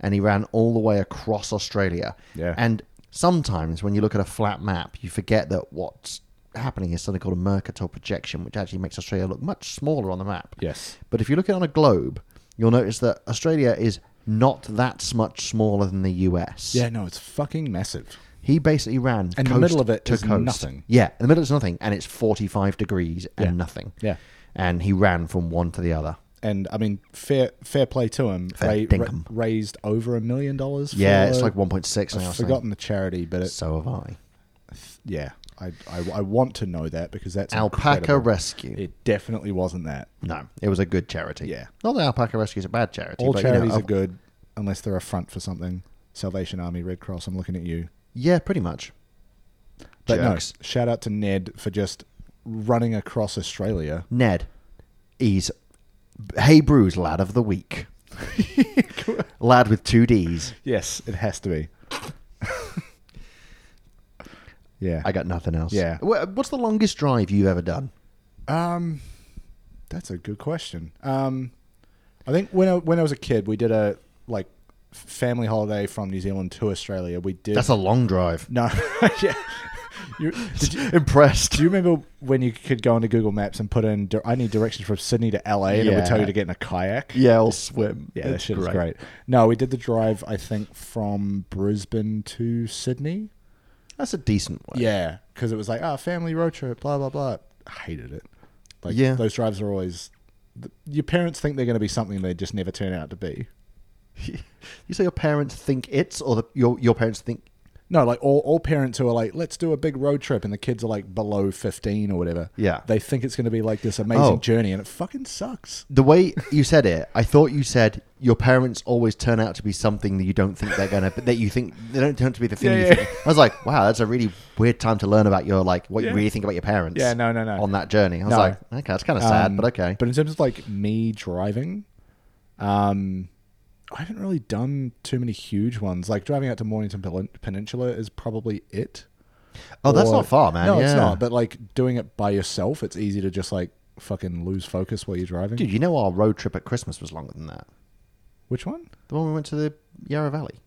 [SPEAKER 1] and he ran all the way across Australia.
[SPEAKER 2] Hmm. Yeah.
[SPEAKER 1] And sometimes when you look at a flat map, you forget that what's happening is something called a Mercator projection, which actually makes Australia look much smaller on the map.
[SPEAKER 2] Yes.
[SPEAKER 1] But if you look at it on a globe, you'll notice that Australia is not that s- much smaller than the US.
[SPEAKER 2] Yeah, no, it's fucking massive.
[SPEAKER 1] He basically ran
[SPEAKER 2] And the
[SPEAKER 1] coast
[SPEAKER 2] middle of it
[SPEAKER 1] to
[SPEAKER 2] is
[SPEAKER 1] coast.
[SPEAKER 2] nothing.
[SPEAKER 1] Yeah, the middle is nothing, and it's forty-five degrees and
[SPEAKER 2] Yeah.
[SPEAKER 1] nothing.
[SPEAKER 2] Yeah.
[SPEAKER 1] and he ran from one to the other.
[SPEAKER 2] And I mean, fair fair play to him.
[SPEAKER 1] Fair
[SPEAKER 2] Ra-
[SPEAKER 1] dinkum.
[SPEAKER 2] ra- raised over a million dollars. for-
[SPEAKER 1] Yeah, it's like one point six now.
[SPEAKER 2] I've
[SPEAKER 1] or something.
[SPEAKER 2] forgotten the charity, but it,
[SPEAKER 1] So have I.
[SPEAKER 2] yeah, I, I I want to know that because that's
[SPEAKER 1] Alpaca
[SPEAKER 2] incredible.
[SPEAKER 1] Rescue.
[SPEAKER 2] It definitely wasn't that.
[SPEAKER 1] no, it was a good charity.
[SPEAKER 2] Yeah.
[SPEAKER 1] not that Alpaca Rescue is a bad charity.
[SPEAKER 2] All
[SPEAKER 1] but, you know,
[SPEAKER 2] charities
[SPEAKER 1] Al-
[SPEAKER 2] are good unless they're a front for something. Salvation Army, Red Cross. I'm looking at you.
[SPEAKER 1] Yeah, pretty much.
[SPEAKER 2] But
[SPEAKER 1] Jerks.
[SPEAKER 2] no, shout out to Ned for just running across Australia.
[SPEAKER 1] Ned, he's Hey Brews Lad of the Week. Lad with two D's.
[SPEAKER 2] Yes, it has to be. yeah.
[SPEAKER 1] I got nothing else.
[SPEAKER 2] Yeah.
[SPEAKER 1] Wha- What's the longest drive you've ever done?
[SPEAKER 2] Um, that's a good question. Um, I think when I, when I was a kid, we did a like f- family holiday from New Zealand to Australia. We did
[SPEAKER 1] That's a long drive.
[SPEAKER 2] no, yeah. You, did you,
[SPEAKER 1] Impressed.
[SPEAKER 2] do you remember when you could go into Google Maps and put in di- I need directions from Sydney to LA and it would tell
[SPEAKER 1] Yeah.
[SPEAKER 2] you to get in a kayak?
[SPEAKER 1] Yeah, I'll swim.
[SPEAKER 2] Yeah, that
[SPEAKER 1] It's
[SPEAKER 2] shit is great. No, we did the drive. I think from Brisbane to Sydney.
[SPEAKER 1] That's a decent one.
[SPEAKER 2] Yeah, because it was like, ah, family road trip, blah blah blah. I hated it. Like,
[SPEAKER 1] Yeah.
[SPEAKER 2] those drives are always. th- Your parents think they're going to be something they just never turn out to be.
[SPEAKER 1] You say your parents think it's, or the, your your parents think
[SPEAKER 2] No, like all, all parents who are like, let's do a big road trip, and the kids are like below fifteen or whatever.
[SPEAKER 1] Yeah.
[SPEAKER 2] they think it's going to be like this amazing
[SPEAKER 1] Oh.
[SPEAKER 2] journey, and it fucking sucks.
[SPEAKER 1] the way you said it. I thought you said your parents always turn out to be something that you don't think they're gonna, but that you think they don't turn out to be the thing.
[SPEAKER 2] Yeah,
[SPEAKER 1] you
[SPEAKER 2] yeah.
[SPEAKER 1] think. I was like, wow, that's a really weird time to learn about your like what
[SPEAKER 2] Yeah.
[SPEAKER 1] you really think about your parents.
[SPEAKER 2] Yeah, no, no, no.
[SPEAKER 1] On that journey, I was
[SPEAKER 2] No.
[SPEAKER 1] like, okay, that's kind of sad,
[SPEAKER 2] Um,
[SPEAKER 1] but okay.
[SPEAKER 2] But in terms of like me driving, um, I haven't really done too many huge ones. Like driving out to Mornington Pen- Peninsula is probably it.
[SPEAKER 1] oh, that's
[SPEAKER 2] Or-
[SPEAKER 1] not far, man.
[SPEAKER 2] No,
[SPEAKER 1] yeah.
[SPEAKER 2] it's not. But like doing it by yourself, it's easy to just like fucking lose focus while you're driving.
[SPEAKER 1] Dude, you know our road trip at Christmas was longer than that.
[SPEAKER 2] Which one?
[SPEAKER 1] The one we went to the Yarra Valley.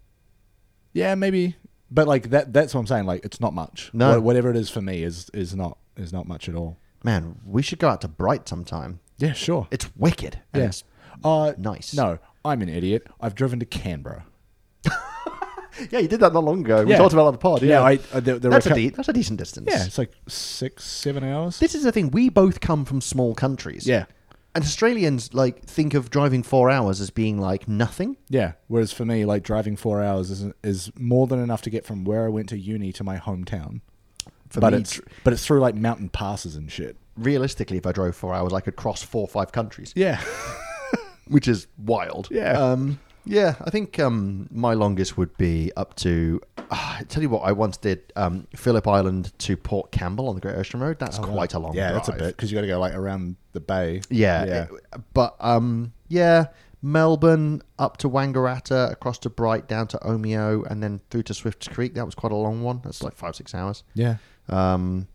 [SPEAKER 2] Yeah, maybe. But like that—that's what I'm saying. Like it's not much.
[SPEAKER 1] No.
[SPEAKER 2] Wha- whatever it is for me is is not is not much at all.
[SPEAKER 1] Man, we should go out to Bright sometime.
[SPEAKER 2] Yeah, sure.
[SPEAKER 1] It's wicked. and
[SPEAKER 2] Yeah.
[SPEAKER 1] it's-
[SPEAKER 2] Uh,
[SPEAKER 1] nice.
[SPEAKER 2] No, I'm an idiot. I've driven to Canberra.
[SPEAKER 1] Yeah, you did that not long ago. We
[SPEAKER 2] Yeah.
[SPEAKER 1] talked about it on the pod. Yeah,
[SPEAKER 2] I, I, there, there were
[SPEAKER 1] that's,
[SPEAKER 2] a
[SPEAKER 1] a
[SPEAKER 2] cou-
[SPEAKER 1] de- that's a decent distance.
[SPEAKER 2] Yeah, it's like six, seven hours.
[SPEAKER 1] This is the thing. We both come from small countries.
[SPEAKER 2] Yeah.
[SPEAKER 1] And Australians like think of driving four hours as being like nothing.
[SPEAKER 2] Yeah. Whereas for me, like driving four hours is is more than enough to get from where I went to uni to my hometown.
[SPEAKER 1] For
[SPEAKER 2] but
[SPEAKER 1] me,
[SPEAKER 2] it's but it's through like mountain passes and shit.
[SPEAKER 1] Realistically, if I drove four hours, I could cross four or five countries,
[SPEAKER 2] Yeah.
[SPEAKER 1] which is wild.
[SPEAKER 2] Yeah.
[SPEAKER 1] Um, yeah, I think um, my longest would be up to. ah, I tell you what, I once did um, Phillip Island to Port Campbell on the Great Ocean Road. That's quite a long
[SPEAKER 2] Oh, yeah,
[SPEAKER 1] drive.
[SPEAKER 2] that's a bit because you got to go like around the bay.
[SPEAKER 1] Yeah,
[SPEAKER 2] Yeah.
[SPEAKER 1] it- but um, yeah, Melbourne up to Wangaratta, across to Bright, down to Omeo, and then through to Swifts Creek. That was quite a long one. That's like five six hours.
[SPEAKER 2] yeah.
[SPEAKER 1] Um,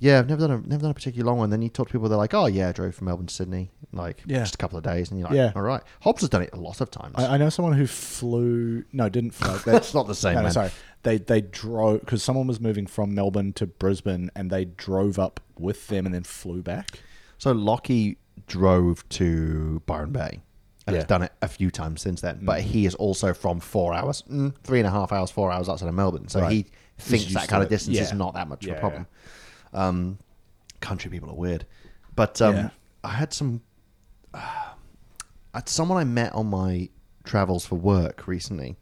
[SPEAKER 1] yeah, I've never done a never done a particularly long one. Then you talk to people, they're like, "Oh yeah, I drove from Melbourne to Sydney, like
[SPEAKER 2] Yeah.
[SPEAKER 1] just a couple of days," and you're like,
[SPEAKER 2] Yeah.
[SPEAKER 1] "All right." Hobbs has done it a lot of times.
[SPEAKER 2] I, I know someone who flew. No, didn't fly. They,
[SPEAKER 1] That's not the same,
[SPEAKER 2] No, no,
[SPEAKER 1] man.
[SPEAKER 2] sorry. They they drove because someone was moving from Melbourne to Brisbane, and they drove up with them and then flew back.
[SPEAKER 1] So Lockie drove to Byron Bay. And has
[SPEAKER 2] Yeah. Mm.
[SPEAKER 1] done it a few times since then, but he is also from four hours, mm, three and a half hours, four hours outside of Melbourne. So
[SPEAKER 2] Right.
[SPEAKER 1] he thinks
[SPEAKER 2] used
[SPEAKER 1] that
[SPEAKER 2] to
[SPEAKER 1] kind of
[SPEAKER 2] it.
[SPEAKER 1] distance is
[SPEAKER 2] Yeah.
[SPEAKER 1] not that much of
[SPEAKER 2] Yeah,
[SPEAKER 1] a problem. Um, country people are weird, but um,
[SPEAKER 2] Yeah.
[SPEAKER 1] I had some uh, someone I met on my travels for work recently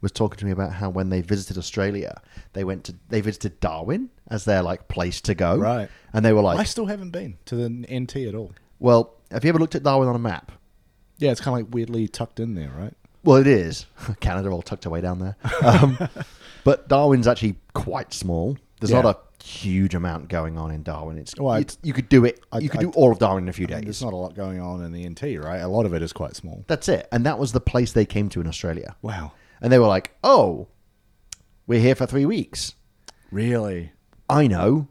[SPEAKER 1] was talking to me about how when they visited Australia, they went to they visited Darwin as their like place to go,
[SPEAKER 2] Right.
[SPEAKER 1] And they were like,
[SPEAKER 2] I still haven't been to the NT at all.
[SPEAKER 1] well, have you ever looked at Darwin on a map?
[SPEAKER 2] Yeah, it's kind of like weirdly tucked in there, right?
[SPEAKER 1] Well, it is. Canada all tucked away down there. Um, but Darwin's actually quite small. There's
[SPEAKER 2] Yeah.
[SPEAKER 1] not a huge amount going on in Darwin. It's,
[SPEAKER 2] Well, I-
[SPEAKER 1] it's you could do it.
[SPEAKER 2] I-
[SPEAKER 1] you could
[SPEAKER 2] I-
[SPEAKER 1] do all of Darwin in a few
[SPEAKER 2] There's
[SPEAKER 1] days.
[SPEAKER 2] not a lot going on in the NT, right? A lot of it is quite small.
[SPEAKER 1] That's it. And that was the place they came to in Australia.
[SPEAKER 2] Wow.
[SPEAKER 1] And they were like, "Oh, we're here for three weeks.
[SPEAKER 2] Really?
[SPEAKER 1] I know.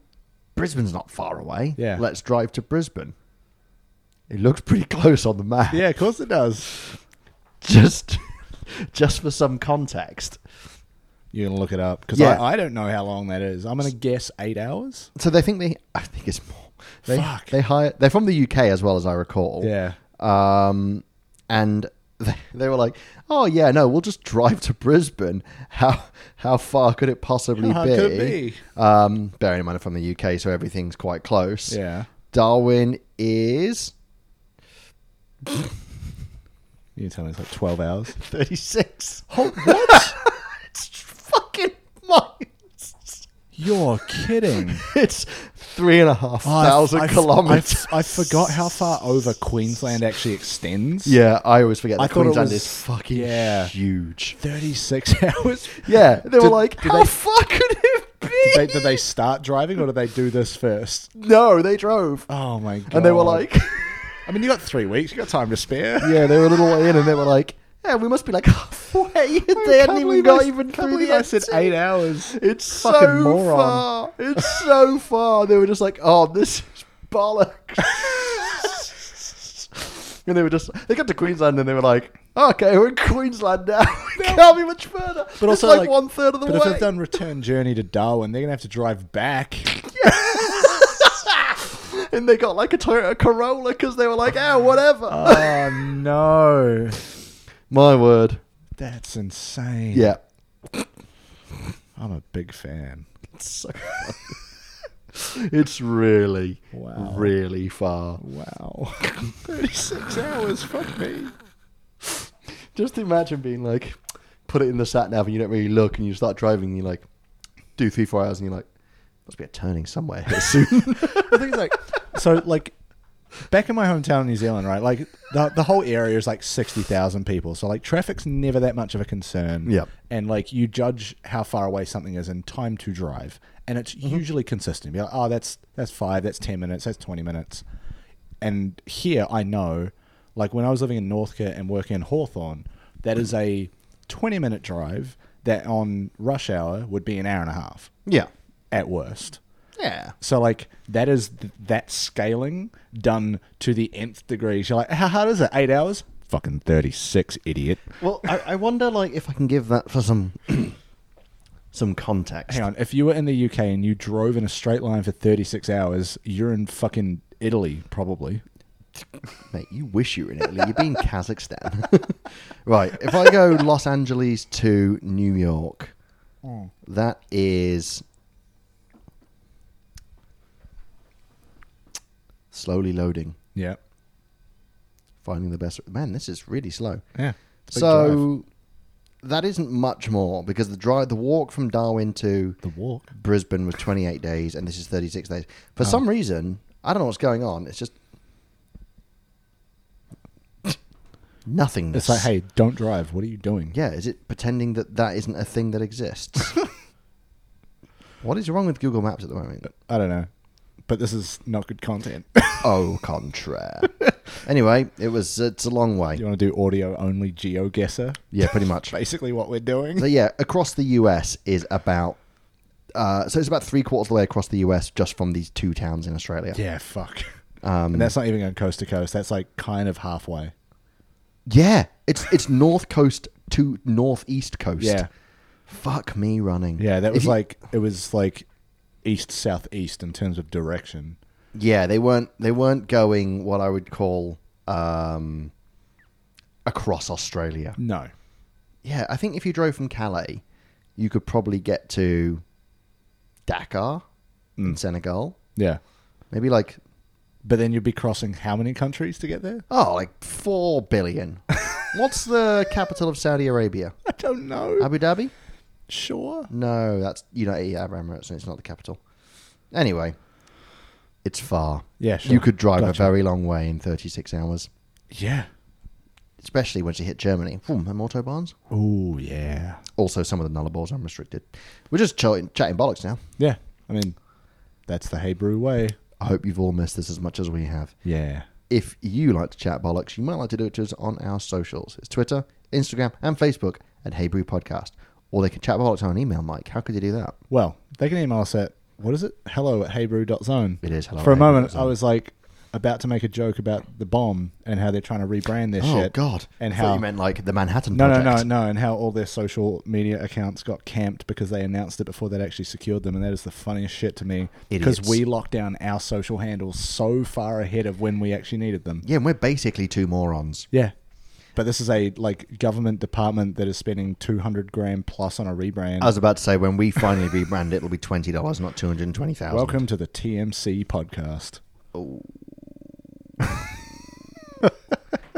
[SPEAKER 1] Brisbane's not far away.
[SPEAKER 2] Yeah.
[SPEAKER 1] Let's drive to Brisbane. It looks pretty close on the map.
[SPEAKER 2] Yeah, of course it does.
[SPEAKER 1] Just, just for some context."
[SPEAKER 2] You're going to look it up because
[SPEAKER 1] Yeah.
[SPEAKER 2] I, I don't know how long that is. I'm going to guess eight hours.
[SPEAKER 1] so they think they I think it's more. They,
[SPEAKER 2] Fuck.
[SPEAKER 1] They hire they're from the UK as well as I recall.
[SPEAKER 2] Yeah.
[SPEAKER 1] Um and they, they were like, "Oh yeah, no, we'll just drive to Brisbane. How how far could it possibly
[SPEAKER 2] How
[SPEAKER 1] be?"
[SPEAKER 2] could it
[SPEAKER 1] Um bearing in mind I'm from the UK, so everything's quite close.
[SPEAKER 2] Yeah.
[SPEAKER 1] Darwin is
[SPEAKER 2] You tell me it's like 12 hours.
[SPEAKER 1] 36. Oh, what? it's fucking miles.
[SPEAKER 2] You're kidding.
[SPEAKER 1] It's three and a half thousand kilometers.
[SPEAKER 2] I, forgot how far over Queensland actually extends.
[SPEAKER 1] Yeah, I always forget.
[SPEAKER 2] I
[SPEAKER 1] That
[SPEAKER 2] thought it
[SPEAKER 1] Queensland
[SPEAKER 2] was-
[SPEAKER 1] is fucking
[SPEAKER 2] yeah.
[SPEAKER 1] huge.
[SPEAKER 2] 36 hours.
[SPEAKER 1] Yeah, they were
[SPEAKER 2] Did-
[SPEAKER 1] like,
[SPEAKER 2] did
[SPEAKER 1] how
[SPEAKER 2] they-
[SPEAKER 1] far could it be?
[SPEAKER 2] Did they, did they start driving or did they do this first?
[SPEAKER 1] no, they drove,
[SPEAKER 2] Oh my god.
[SPEAKER 1] and they were like,
[SPEAKER 2] I mean, you got three weeks. You got time to spare.
[SPEAKER 1] yeah, they were a little way in, and they were like, "Yeah, we must be like halfway." they hadn't even got even
[SPEAKER 2] can't
[SPEAKER 1] through
[SPEAKER 2] believe
[SPEAKER 1] the
[SPEAKER 2] I said
[SPEAKER 1] end.
[SPEAKER 2] eight hours.
[SPEAKER 1] It's
[SPEAKER 2] Fucking
[SPEAKER 1] so
[SPEAKER 2] moron.
[SPEAKER 1] far. It's so far. They were just like, "Oh, this is bollocks." and they were just they got to Queensland, and they were like, "Okay, we're in Queensland now. we can't be much further." But
[SPEAKER 2] also,
[SPEAKER 1] like,
[SPEAKER 2] like-
[SPEAKER 1] one third of the
[SPEAKER 2] But
[SPEAKER 1] way.
[SPEAKER 2] if they've done return journey to Darwin, they're gonna have to drive back.
[SPEAKER 1] and they got like a Toyota Corolla because they were like, "Oh, whatever." Ah.
[SPEAKER 2] oh no,
[SPEAKER 1] My word.
[SPEAKER 2] that's insane.
[SPEAKER 1] Yeah.
[SPEAKER 2] I'm a big fan.
[SPEAKER 1] It's so far. it's really,
[SPEAKER 2] Wow.
[SPEAKER 1] really far.
[SPEAKER 2] Wow, thirty-six hours. Fuck me.
[SPEAKER 1] Just imagine being like, put it in the sat nav and you don't really look, and you start driving, and you like do three, four hours, and you're like, must be a turning somewhere here soon.
[SPEAKER 2] the thing's like, so like back in my hometown in New Zealand, right? Like the the whole area is like sixty thousand people, so like traffic's never that much of a concern.
[SPEAKER 1] Yep.
[SPEAKER 2] And like you judge how far away something is in time to drive, and it's usually consistent. You're like, oh, that's that's five, that's ten minutes, that's twenty minutes. And here I know, like when I was living in Northcote and working in Hawthorne, that is a twenty minute drive that on rush hour would be an hour and a half
[SPEAKER 1] yeah.
[SPEAKER 2] at worst.
[SPEAKER 1] Yeah.
[SPEAKER 2] So like that is th- that scaling done to the nth degree. So like, how hard is it? Eight hours? Fucking thirty six, idiot.
[SPEAKER 1] Well, I, I wonder like if I can give that for some some context.
[SPEAKER 2] Hang on, if you were in the UK and you drove in a straight line for thirty six hours, you're in fucking Italy probably.
[SPEAKER 1] Mate, you wish you were in Italy. You'd be in Kazakhstan. right. If I go Los Angeles to New York, Mm. that is slowly loading,
[SPEAKER 2] Yeah,
[SPEAKER 1] finding the best. Man, this is really slow.
[SPEAKER 2] yeah. It's a big drive.
[SPEAKER 1] So that isn't much more because the drive, the walk from Darwin to
[SPEAKER 2] the walk. Oh.
[SPEAKER 1] Brisbane was 28 days, and this is 36 days. For some reason, I don't know what's going on. It's just nothingness.
[SPEAKER 2] It's like, hey, don't drive. What are you doing?
[SPEAKER 1] yeah, is it pretending that that isn't a thing that exists? what is wrong with Google Maps at the moment?
[SPEAKER 2] I don't know, but this is not good content.
[SPEAKER 1] Au contraire. anyway, it was. It's a long way.
[SPEAKER 2] you want to do audio only geoguesser?
[SPEAKER 1] Yeah, pretty much.
[SPEAKER 2] Basically, what we're doing.
[SPEAKER 1] So yeah, across the US is about. Uh, so it's about three quarters of the way across the US, just from these two towns in Australia.
[SPEAKER 2] Yeah, fuck.
[SPEAKER 1] Um,
[SPEAKER 2] and that's not even going coast to coast. That's like kind of halfway.
[SPEAKER 1] Yeah, it's it's north coast to northeast coast.
[SPEAKER 2] Yeah.
[SPEAKER 1] Fuck me running.
[SPEAKER 2] Yeah, that
[SPEAKER 1] If
[SPEAKER 2] was
[SPEAKER 1] you-
[SPEAKER 2] like it was like east southeast in terms of direction.
[SPEAKER 1] Yeah, they weren't they weren't going what I would call um across Australia.
[SPEAKER 2] No.
[SPEAKER 1] Yeah, I think if you drove from Calais, you could probably get to Dakar
[SPEAKER 2] Mm.
[SPEAKER 1] in Senegal.
[SPEAKER 2] Yeah.
[SPEAKER 1] Maybe like
[SPEAKER 2] But then you'd be crossing how many countries to get there?
[SPEAKER 1] oh, like 4 billion. What's the capital of Saudi Arabia?
[SPEAKER 2] I don't know.
[SPEAKER 1] Abu Dhabi?
[SPEAKER 2] sure.
[SPEAKER 1] No, that's United Arab Emirates, and it's not the capital. Anyway, it's far.
[SPEAKER 2] Yeah, sure.
[SPEAKER 1] You could drive
[SPEAKER 2] Gotcha.
[SPEAKER 1] a very long way in 36 hours,
[SPEAKER 2] Yeah.
[SPEAKER 1] especially once you hit Germany. Hmm, and autobahns.
[SPEAKER 2] Oh yeah.
[SPEAKER 1] Also, some of the nullarbors are restricted. We're just chatting, chatting bollocks now.
[SPEAKER 2] Yeah. I mean, that's the Hebrew way.
[SPEAKER 1] I hope you've all missed this as much as we have.
[SPEAKER 2] Yeah.
[SPEAKER 1] If you like to chat bollocks, you might like to do it to us on our socials. It's Twitter, Instagram, and Facebook at Hey Brew Podcast. Or they can chat bollocks on an email, Mike. How could you do that?
[SPEAKER 2] Well, they can email us at what is it? Hello at Hebrew.zone.
[SPEAKER 1] It is hello
[SPEAKER 2] For a
[SPEAKER 1] at
[SPEAKER 2] moment,
[SPEAKER 1] hebrew.zone.
[SPEAKER 2] I was like about to make a joke about the bomb and how they're trying to rebrand their
[SPEAKER 1] Oh,
[SPEAKER 2] shit.
[SPEAKER 1] God.
[SPEAKER 2] And
[SPEAKER 1] I thought
[SPEAKER 2] how
[SPEAKER 1] you meant like the Manhattan
[SPEAKER 2] No, no,
[SPEAKER 1] Project.
[SPEAKER 2] no, no, and how all their social media accounts got camped because they announced it before they'd actually secured them, and that is the funniest shit to me. Because
[SPEAKER 1] Idiots.
[SPEAKER 2] we locked down our social handles so far ahead of when we actually needed them.
[SPEAKER 1] Yeah, and we're basically two morons.
[SPEAKER 2] Yeah, but this is a like government department that is spending two hundred grand plus on a rebrand.
[SPEAKER 1] I was about to say when we finally rebrand it, it'll be twenty dollars, not two hundred and twenty thousand.
[SPEAKER 2] Welcome to the TMC podcast.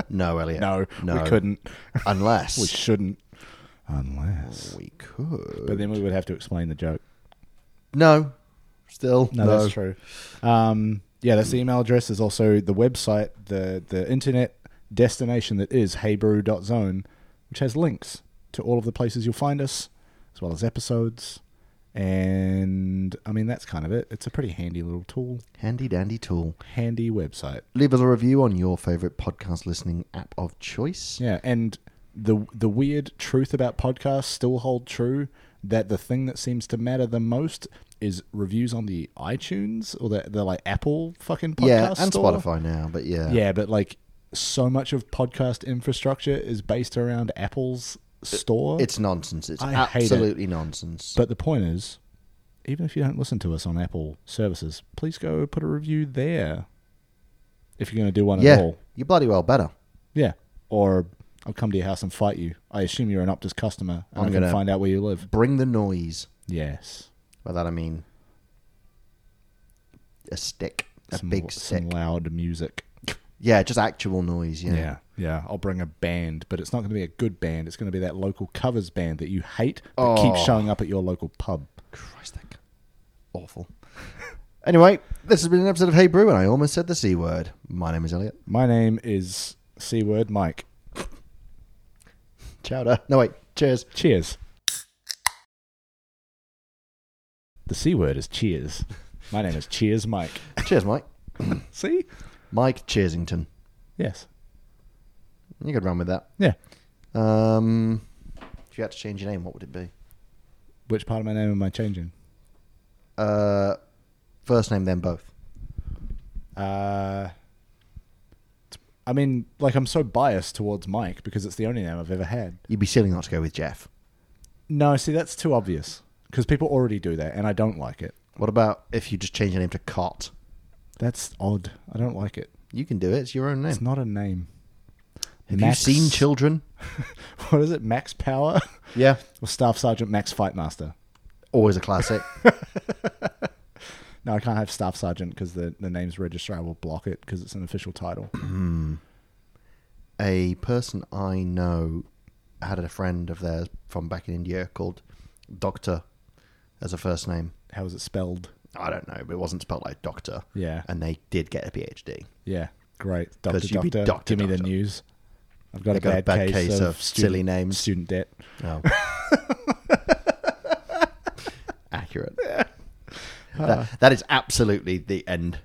[SPEAKER 1] No, Elliot.
[SPEAKER 2] No,
[SPEAKER 1] no,
[SPEAKER 2] we couldn't.
[SPEAKER 1] Unless
[SPEAKER 2] We shouldn't. Unless,
[SPEAKER 1] we could.
[SPEAKER 2] but then we would have to explain the joke.
[SPEAKER 1] no, still
[SPEAKER 2] No,
[SPEAKER 1] no.
[SPEAKER 2] that's true. Um, yeah, that's the email address. There's also the website, the the internet destination that is heybrew.zone, which has links to all of the places you'll find us, as well as episodes And I mean, that's kind of it. It's a pretty handy little tool,
[SPEAKER 1] Handy dandy tool.
[SPEAKER 2] handy website.
[SPEAKER 1] Leave us a review on your favorite podcast listening app of choice.
[SPEAKER 2] Yeah, and the the weird truth about podcasts still hold true that the thing that seems to matter the most is reviews on the iTunes or the, the like Apple fucking podcast
[SPEAKER 1] yeah, and
[SPEAKER 2] store.
[SPEAKER 1] Spotify now, but yeah.
[SPEAKER 2] Yeah, but like so much of podcast infrastructure is based around Apple's store.
[SPEAKER 1] Uh, It's nonsense. It's
[SPEAKER 2] I hate it.
[SPEAKER 1] absolutely nonsense.
[SPEAKER 2] but the point is, even if you don't listen to us on Apple services, please go put a review there. If you're going to do one at
[SPEAKER 1] yeah,
[SPEAKER 2] all,
[SPEAKER 1] you bloody well better.
[SPEAKER 2] yeah, or I'll come to your house and fight you. I assume you're an Optus customer, and
[SPEAKER 1] I'm
[SPEAKER 2] I'm going
[SPEAKER 1] gonna-
[SPEAKER 2] to find out where you live.
[SPEAKER 1] Bring the noise.
[SPEAKER 2] Yes,
[SPEAKER 1] By that I mean a stick, a
[SPEAKER 2] Some-
[SPEAKER 1] big stick.
[SPEAKER 2] some loud music.
[SPEAKER 1] Yeah, just actual noise. Yeah.
[SPEAKER 2] yeah, yeah. I'll bring a band, but it's not going to be a good band. It's going to be that local covers band that you hate that keeps
[SPEAKER 1] Oh.
[SPEAKER 2] showing up at your local pub.
[SPEAKER 1] Christ, that guy- awful. anyway, this has been an episode of Hey Brew, and I almost said the c word. My name is Elliot.
[SPEAKER 2] My name is C word Mike.
[SPEAKER 1] Chowder. No wait. Cheers.
[SPEAKER 2] Cheers. The C word is cheers. My name is Cheers Mike.
[SPEAKER 1] Cheers, Mike.
[SPEAKER 2] See?
[SPEAKER 1] Mike Cheersington.
[SPEAKER 2] Yes.
[SPEAKER 1] You could run with that.
[SPEAKER 2] Yeah.
[SPEAKER 1] Um, if you had to change your name, what would it be?
[SPEAKER 2] Which part of my name am I changing?
[SPEAKER 1] Uh, first name, then both.
[SPEAKER 2] Uh, I mean, like, I'm so biased towards Mike because it's the only name I've ever had.
[SPEAKER 1] You'd be silly not to go with Jeff.
[SPEAKER 2] No, see, that's too obvious because people already do that and I don't like it.
[SPEAKER 1] What about if you just change your name to Cot?
[SPEAKER 2] That's odd. I don't like it.
[SPEAKER 1] You can do it. It's your own name.
[SPEAKER 2] It's not a name.
[SPEAKER 1] Have
[SPEAKER 2] Max-
[SPEAKER 1] you seen children?
[SPEAKER 2] What is it? Max Power?
[SPEAKER 1] Yeah.
[SPEAKER 2] or Staff Sergeant Max Fightmaster?
[SPEAKER 1] Always a classic.
[SPEAKER 2] No, I can't have staff sergeant because the, the name's registrar will block it because it's an official title.
[SPEAKER 1] a person I know had a friend of theirs from back in India called Doctor as a first name.
[SPEAKER 2] How is it spelled?
[SPEAKER 1] I don't know, but it wasn't spelled like Doctor.
[SPEAKER 2] Yeah.
[SPEAKER 1] And they did get a PhD.
[SPEAKER 2] Yeah. Great. Doctor,
[SPEAKER 1] 'Cause you'd be
[SPEAKER 2] doctor,
[SPEAKER 1] Dr.
[SPEAKER 2] give me the
[SPEAKER 1] Doctor.
[SPEAKER 2] news. I've got, a,
[SPEAKER 1] I've got
[SPEAKER 2] bad
[SPEAKER 1] a bad
[SPEAKER 2] case,
[SPEAKER 1] case
[SPEAKER 2] of,
[SPEAKER 1] of
[SPEAKER 2] student,
[SPEAKER 1] silly names.
[SPEAKER 2] Student debt.
[SPEAKER 1] Oh. Accurate. That, that is absolutely the end.